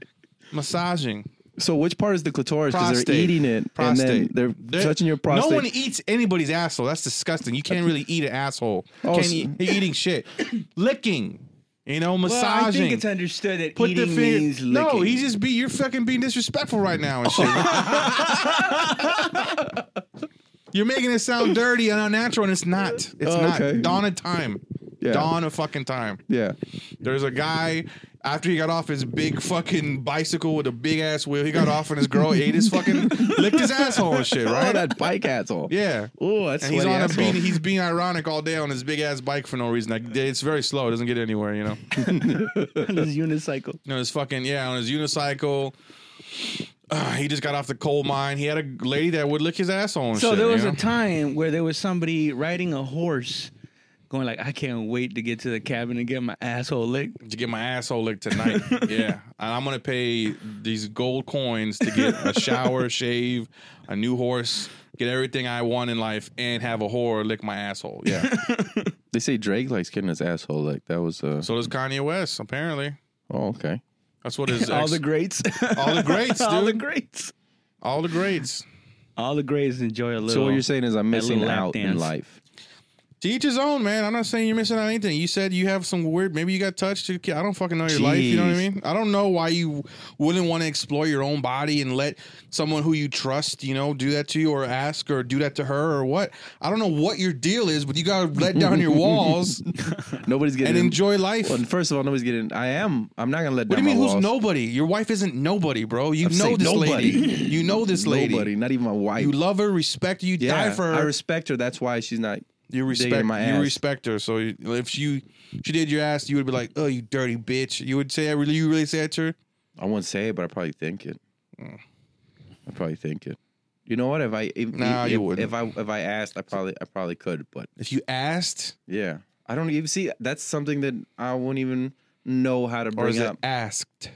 Massaging So which part is the clitoris? Because prostate, they're eating it, prostate. and then they're, They're- touching your prostate. No one eats anybody's asshole. That's disgusting. You can't really eat an asshole. You Oh, can't so- eat, you're eating shit, licking, you know, Well, massaging. I think it's understood that Put eating the means finger. licking. No, he's just be. You're fucking being disrespectful right now and shit. you're making it sound dirty and unnatural, and it's not. It's Oh, not. okay. Dawn of time. Yeah. Dawn of fucking time. yeah. There's a guy after he got off his big fucking bicycle with a big ass wheel. He got off and his girl ate his fucking licked his asshole and shit. Oh, Right? that bike asshole. yeah. Oh, that's And sweaty he's on a asshole. beat. He's being ironic all day on his big ass bike for no reason. Like, it's very slow. It doesn't get anywhere. You know. his unicycle. No, his fucking yeah, on his unicycle. Uh, he just got off the coal mine. He had a lady that would lick his asshole. And So shit, there was you a know? time where there was somebody riding a horse, going like, "I can't wait to get to the cabin and get my asshole licked." to get my asshole licked tonight. yeah, and I'm gonna pay these gold coins to get a shower, shave, a new horse, get everything I want in life, and have a whore lick my asshole. Yeah. They say Drake likes getting his asshole licked. That was uh so does Kanye West. Apparently, oh okay. that's what his All ex- the greats, all the greats, dude. all the greats, all the greats. all the greats enjoy a little. So what you're saying is I'm that little missing lap out in dance. life. To each his own, man. I'm not saying you're missing out on anything. You said you have some weird. Maybe you got touched. You can't- I don't fucking know your life. You know what I Jeez. mean? I don't know why you wouldn't want to explore your own body and let someone who you trust, you know, do that to you, or ask, or do that to her, or what. I don't know what your deal is, but you gotta let down your walls Nobody's getting and enjoy life. Well, What first of all, nobody's getting. I am. I'm not gonna let. do you down mean? my Who's walls. nobody? Your wife isn't nobody, bro. You I'm know saying this lady. nobody. You know this lady. Nobody. Not even my wife. You love her, respect her, you yeah, die for I her. respect her. That's why she's not You digging respect my you ass. respect her. So you- if she she did your ass, you would be like, "Oh, you dirty bitch." You would say, that- "Really, you really say that to her?" I wouldn't say it, but I probably think it. Mm. I probably think it. You know what? If I if, Nah, if, you wouldn't. if I if I asked, I probably I probably could, but If you asked, yeah, I don't even see. That's something that I wouldn't even know how to or is bring up. it asked?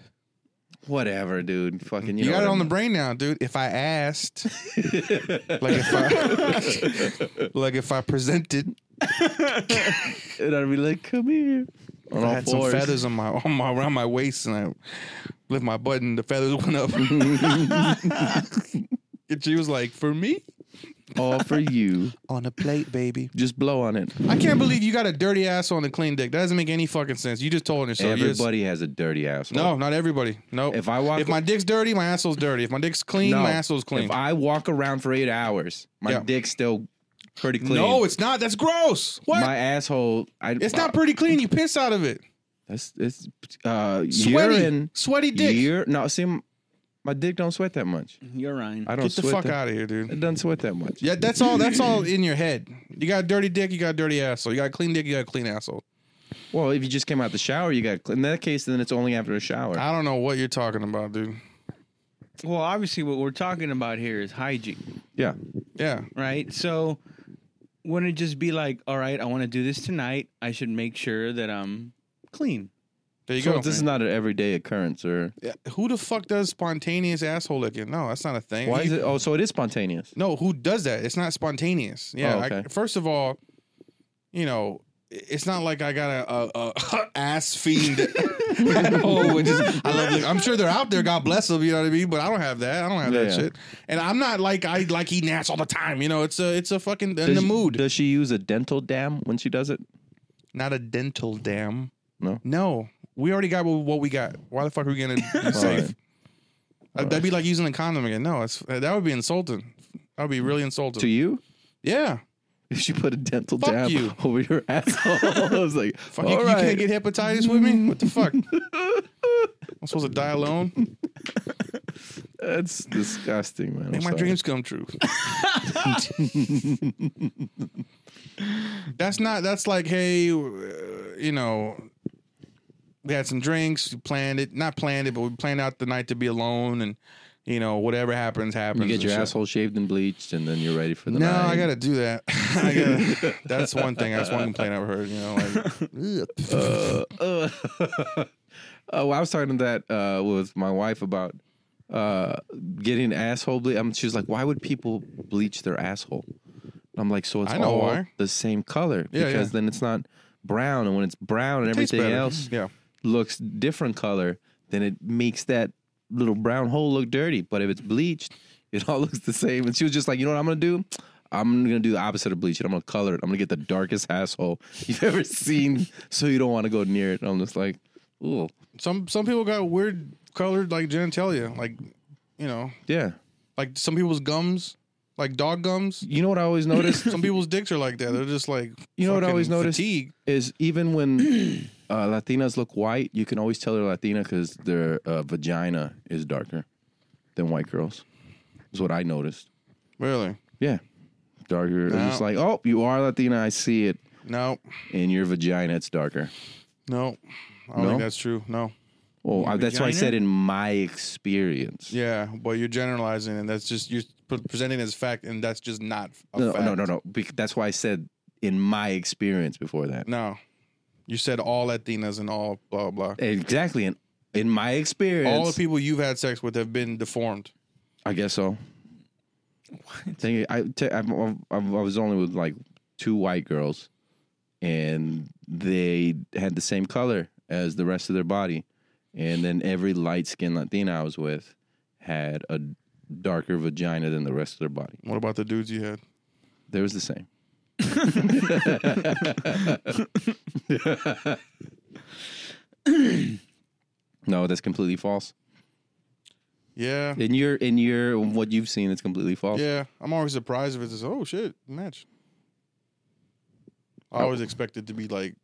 Whatever, dude. Fucking, You, you, know got it what on I the brain now, dude. If I asked, like if I, like if I presented, mean. And I'd be like, "Come here." and On I all had some fours. feathers on my on my around my waist, and I lift my butt, and the feathers went up. and she was like, "For me, all for you. on a plate, baby." Just blow on it. I can't believe you got a dirty ass on the clean dick. That doesn't make any fucking sense. You just told her so. You're just- Everybody has a dirty asshole. No, not everybody. No. If I walk- if my dick's dirty, my asshole's dirty. If my dick's clean, No. my asshole's clean. If I walk around for eight hours, my Yeah. dick's still pretty clean. no, it's not. That's gross. What? my asshole. I, it's not pretty clean. You piss out of it. That's it's uh, Sweaty, urine. sweaty dick. Ur- no, see, m- my dick don't sweat that much. You're Ryan. I don't Get the sweat fuck that- out of here, dude. It doesn't sweat that much. Yeah, that's all. That's all in your head. You got a dirty dick. You got a dirty asshole. You got a clean dick. You got a clean asshole. Well, if you just came out the shower, you got. In that case, then it's only after a shower. I don't know what you're talking about, dude. Well, obviously, what we're talking about here is hygiene, yeah, Yeah, right? So, wouldn't it just be like, all right, I want to do this tonight. I should make sure that I'm clean. there you so go. this is not an everyday occurrence, or Yeah, Who the fuck does spontaneous asshole licking? No, that's not a thing. why You- is it? Oh, so it is spontaneous. No, who does that? It's not spontaneous. Yeah. Oh, I- okay. first of all, you know, i- it's not like I got a, a, a ass fiend at home. and just- I love. lick- I'm sure they're out there. God bless them. You know what I mean. But I don't have that. I don't have Yeah. that shit. And I'm not like I like eating ass all the time. You know, it's a it's a fucking in the Does- mood. Does she use a dental dam when she does it? not a dental dam. No? No. We already got what we got. Why the fuck are we gonna be safe? right. Uh, That'd be like using a condom again. No, it's, that would be insulting. That would be really insulting. To you? yeah. If she put a dental Fuck dam you. over your asshole, I was like, Fuck, all you, right. you can't get hepatitis with me? What the fuck? I'm supposed to die alone? That's disgusting, man. I'm Make my sorry. dreams come true. that's not, that's like, hey, uh, you know, we had some drinks, we planned it, not planned it, but we planned out the night to be alone and, you know, whatever happens, happens. You get and your shit. asshole shaved and bleached, and then you're ready for the No, night. I gotta do that. I gotta, that's one thing. That's one complaint I've heard. You know, like, uh, uh. oh, I was talking to that uh, with my wife about uh, getting asshole bleach. I mean, she was like, "Why would people bleach their asshole?" I'm like, "So it's I know all why. the same color Yeah, because yeah. then it's not brown, and when it's brown and tastes everything better. else Yeah. looks different color, then it makes that little brown hole look dirty. But if it's bleached, it all looks the same." And she was just like, "You know what I'm gonna do." I'm gonna do the opposite of bleach it. I'm gonna color it. I'm gonna get the darkest asshole you've ever seen, so you don't want to go near it. I'm just like, ooh, some some people got weird colored like genitalia, like you know, yeah. like some people's gums, like dog gums. You know what I always noticed Some people's dicks are like that. They're just like You know what I fucking always noticed? Fatigue. is even when uh, Latinas look white, you can always tell they're Latina because their uh, vagina is darker than white girls. Is what I noticed. Really? Yeah, darker. It's No. just like, oh, you are Latina. I see it No, in your vagina. It's darker. no, I don't No? think that's true. No. Well, I, that's why I vagina? said in my experience. Yeah, but you're generalizing, and that's just you're pre- presenting it as fact, and that's just not a No, fact. no, no, no. Bec- that's why I said in my experience before that. No. You said all Latinas and all blah blah. Exactly. In, in my experience, All the people you've had sex with have been deformed. I guess so. Thing- I, t- I'm- I'm- I'm- I was only with like two white girls, and they had the same color as the rest of their body, and then every light skinned Latina I was with had a darker vagina than the rest of their body. What about the dudes you had? They was the same. no, that's completely false. Yeah, In your in your what you've seen, it's completely false. yeah. I'm always surprised if it's just, oh shit match. I always expect it to be like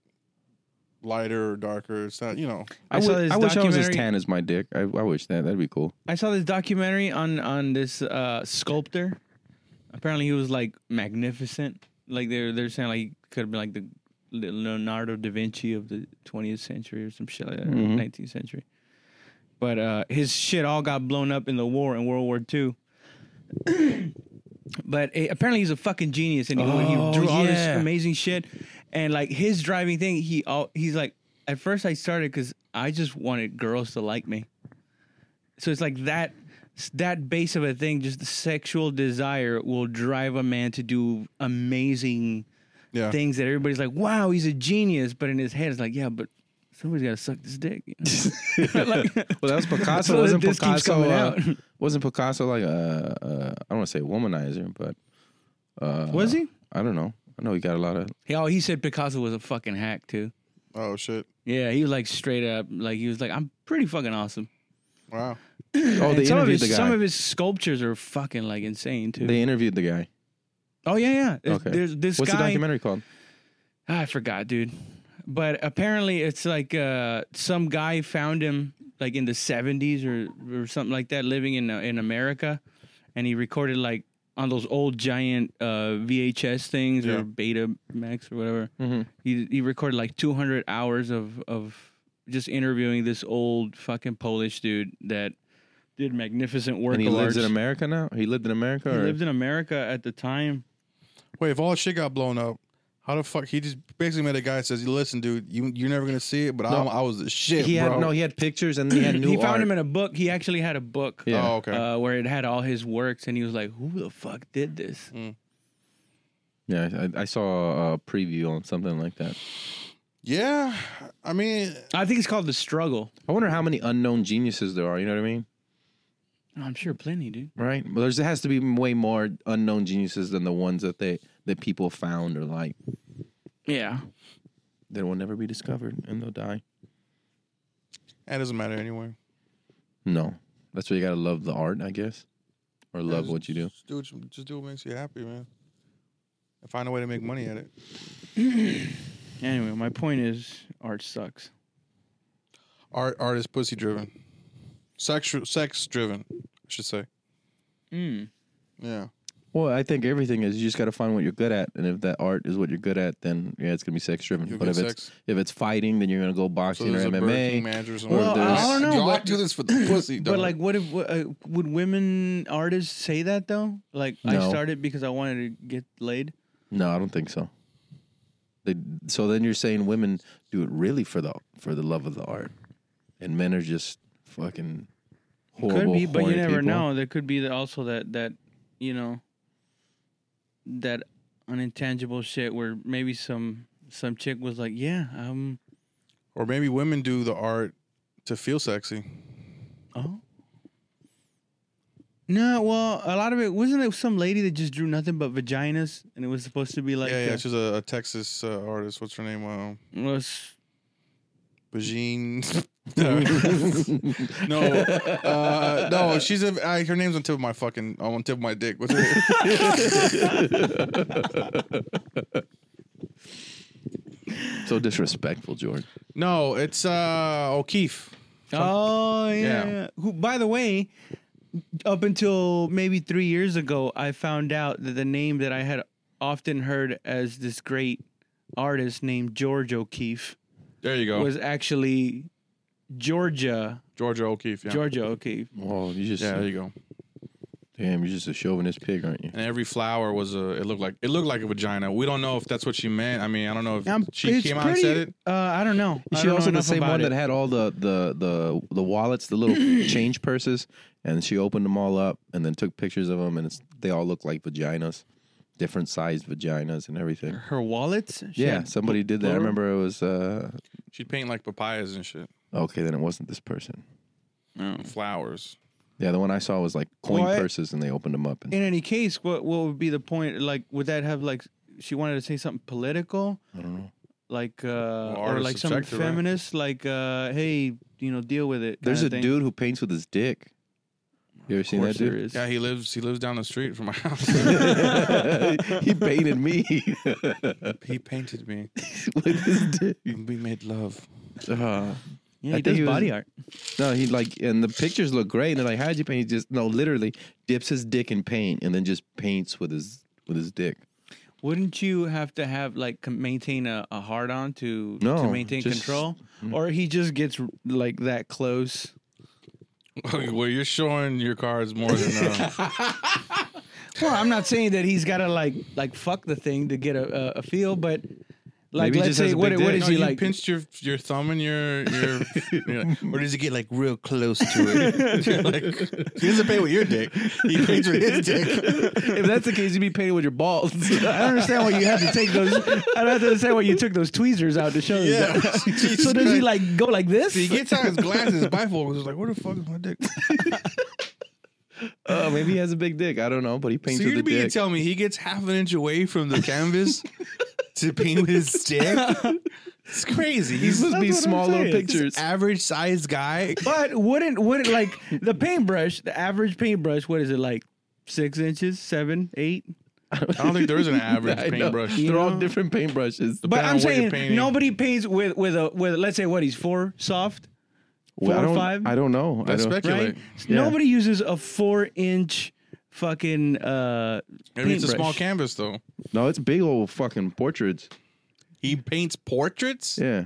lighter or darker. It's not, you know. I, I saw wi- this I wish I was as documentary- tan as my dick. I, I wish that that'd be cool. I saw this documentary on on this uh, sculptor. Apparently, he was like magnificent, like they're they're saying like could have been like the Leonardo da Vinci of the 20th century or some shit like that, or Mm-hmm. 19th century. But uh, his shit all got blown up in the war in World War II. but eh, apparently he's a fucking genius and he, when Oh, he drew all this yeah. amazing shit and like his driving thing he all he's like at first I started cuz I just wanted girls to like me. So it's like that that base of a thing just the sexual desire will drive a man to do amazing Yeah. things that everybody's like, wow, he's a genius. But in his head, it's like, yeah, but somebody's got to suck this dick. you know? Like- Well, that was Picasso. So wasn't this keeps Picasso? coming uh, out. wasn't Picasso like a? Uh, I don't want to say womanizer, but uh, was he? I don't know. I know he got a lot of. Yeah, oh, he said Picasso was a fucking hack, too. Oh shit! Yeah, he was like straight up, like, he was like, I'm pretty fucking awesome. Wow. Oh, And they some, of interviewed his, the some of guy. his sculptures are fucking like insane, too. They interviewed the guy. oh, yeah, yeah. There's, Okay. there's this What's the guy. documentary called? Ah, I forgot, dude. But apparently, it's like uh, some guy found him like in the seventies or or something like that, living in uh, in America, and he recorded like on those old giant uh, VHS things Yeah. or Beta Max or whatever. Mhm. He he recorded like two hundred hours of of just interviewing this old fucking Polish dude that did magnificent work. And he of lives in arts. America now. He lived in America. He or? lived in America at the time. Wait, if all that shit got blown up, how the fuck? He just basically met a guy and says, "Listen, dude, you you're never gonna see it, but I'm, I was the shit, he bro." had no. He had pictures and he had new he found art. him in a book. He actually had a book. Yeah. Oh, okay. uh, where it had all his works, and he was like, "Who the fuck did this?" yeah, I, I saw a preview on something like that. yeah, I mean, I think it's called the struggle. I wonder how many unknown geniuses there are. You know what I mean? Oh, I'm sure plenty, dude. Right. Well, there's, there has to be way more unknown geniuses than the ones that they that people found or like Yeah, that will never be discovered and they'll die. that doesn't matter anyway. No, that's why you gotta love the art, I guess, or love just- what you do. Just do what, you- just do what makes you happy, man. And find a way to make money at it. Anyway, my point is, art sucks. Art, art is pussy driven, sexual, sex driven, I should say. Mm. Yeah, Well, I think everything is you just gotta find what you're good at, and if that art is what you're good at, then yeah, it's gonna be sex driven. You'll But get if it's sex. if it's fighting, then you're gonna go so boxing there's or a Burger King MMA. manager or something. Well, like that. I don't know, Y'all but- do this for the pussy, But dog. like, what if what, uh, would women artists say that though? Like, I No. started because I wanted to get laid. No, I don't think so. They, so then you're saying women do it really for the for the love of the art, and men are just fucking Could horrible. be, but you horny never people. know. There could be the, also that that you know that unintangible shit where maybe some some chick was like, "Yeah, um, or maybe women do the art to feel sexy. Oh. No, well, a lot of it wasn't it some lady that just drew nothing but vaginas, and it was supposed to be like yeah, yeah. uh, She's a, a Texas uh, artist. What's her name? Um, was- Bajine. no, uh, no, she's a. I, her name's on tip of my fucking. On tip of my dick. What's her name? So disrespectful, George. no, it's uh O'Keefe. oh yeah. Yeah. yeah. Who, by the way, up until maybe three years ago, I found out that the name that I had often heard as this great artist named George O'Keefe There you go. was actually Georgia Georgia O'Keefe. Yeah. Georgia O'Keefe. Well, you just Yeah, there you go. damn, you're just a chauvinist pig, aren't you? And every flower was a. It looked like it looked like a vagina. We don't know if that's what she meant. I mean, I don't know if I'm- she it's came out and said it. Uh, I don't know. I Is she don't know also the enough same about one it. that had all the the the the wallets, the little change purses, and she opened them all up and then took pictures of them, and it's, they all look like vaginas, different sized vaginas and everything. her wallets. She Yeah, had- somebody did that. I blur? remember it was uh She'd paint like papayas and shit, okay. Then it wasn't this person. Oh. flowers. Yeah, the one I saw was like coin Well, I- purses, and they opened them up. And In any case, what what would be the point? Like, would that have like she wanted to say something political? I don't know. Like uh or art is like some subjective, right? feminist, like uh hey, you know, deal with it. There's a kinda thing. dude who paints with his dick. You ever Of seen that course there dude? is. Yeah, he lives. He lives down the street from my house. he painted me he painted me. with his dick. We made love. Uh, Yeah, I he think does he was- body art. No, he like, and the pictures look great. And they're like, how'd you paint? He just no, literally dips his dick in paint and then just paints with his with his dick. Wouldn't you have to have like com- maintain a, a hard on to to No, maintain just- mm. control, or he just gets like that close? well, you're showing your cards more than uh, Well, I'm not saying that he's got to like like fuck the thing to get a, a, a feel, but like Maybe he let's just has say a what big what dick. is no, he you like? pinched your your thumb and your your, you're like, or does it get like real close to it? You're like, he doesn't pay with your dick. He pays with his dick. if that's the case, you'd be painted with your balls. I don't understand why you had to take those. I don't understand why you took those tweezers out to show us Yeah. that. Jesus so does he Christ. like go like this? He gets out his glasses, bifocals. He's like, where the fuck is my dick? Oh, maybe he has a big dick. I don't know, but he paints So with you're the to be dick. telling me he gets half an inch away from the canvas to paint with his dick? It's crazy. He's Must be That's what I'm small little saying. pictures. average sized guy. But wouldn't wouldn't like the paintbrush? The average paintbrush, what is it like? Six inches, seven, eight. I don't think there is an average I know. paintbrush. They're all different paintbrushes. But Depending I'm on what you're saying painting. nobody paints with with a with let's say what he's four soft, Well, I four or don't, five? I don't know. I That's don't, speculative. right? Calculate. Yeah. Nobody uses a four inch fucking uh Maybe it's a small paintbrush. canvas though. no, it's big old fucking portraits. He paints portraits. Yeah,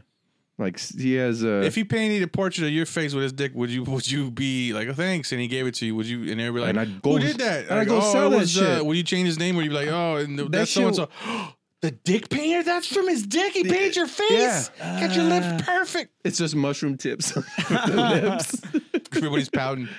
like s- he has uh, a. If he painted a portrait of your face with his dick, would you would you be like, oh, thanks? And he gave it to you. Would you? And they'd be like, And I'd go- who did that? and I'd Like, go oh, sell it that was, Uh, shit. would you change his name? Or you'd be like, oh, and th- That that's so shit- and so. The dick painter? That's from his dick. He painted your face. Got your lips perfect. it's just mushroom tips. on the lips. Everybody's pouting.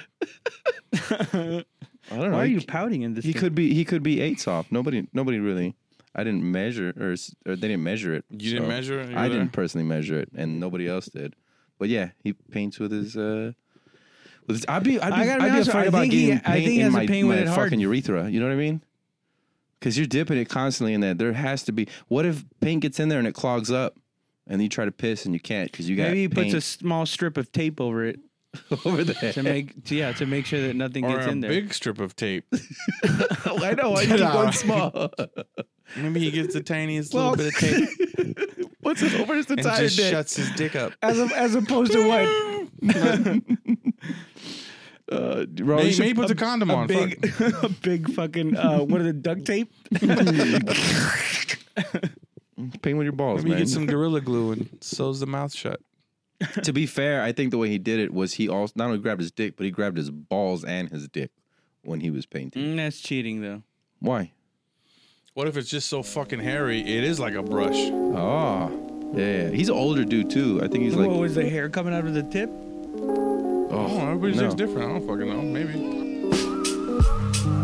I don't know. Why are he- you pouting in this? He thing? could be. He could be eight soft. Nobody. Nobody really. I didn't measure, or, s- or they didn't measure it. You didn't measure it? You I were didn't there? personally measure it, and nobody else did. But yeah, he paints with his. Uh, with his, I'd be. I'd be, I I gotta be would be honest with you, afraid I about think he- getting I paint think he in has a my, pain with my it hard. fucking urethra. You know what I mean? Because you're dipping it constantly in that. There has to be. What if paint gets in there and it clogs up, and you try to piss and you can't because you got Maybe he puts a paint small strip of tape over it over there. to make to, yeah to make sure that nothing Or gets a in there. big strip of tape. I know. I keep going small. Maybe he gets the tiniest Well, little bit of tape What's it over his and entire just dick? shuts his dick up. as of, as opposed to what Uh, Maybe, Raleigh, maybe he puts a, condom on. Fuck. big a big fucking uh, what are the duct tape? paint with your balls, Maybe he man. gets some gorilla glue and sews the mouth shut. to be fair, I think the way he did it was he also not only grabbed his dick, but he grabbed his balls and his dick when he was painting. Mm, that's cheating though. Why? What if it's just so fucking hairy? It is like a brush. Oh, yeah. He's an older dude too. I think he's what like. was the hair coming out of the tip? Oh, everybody's no. dick's different. I don't fucking know. Maybe.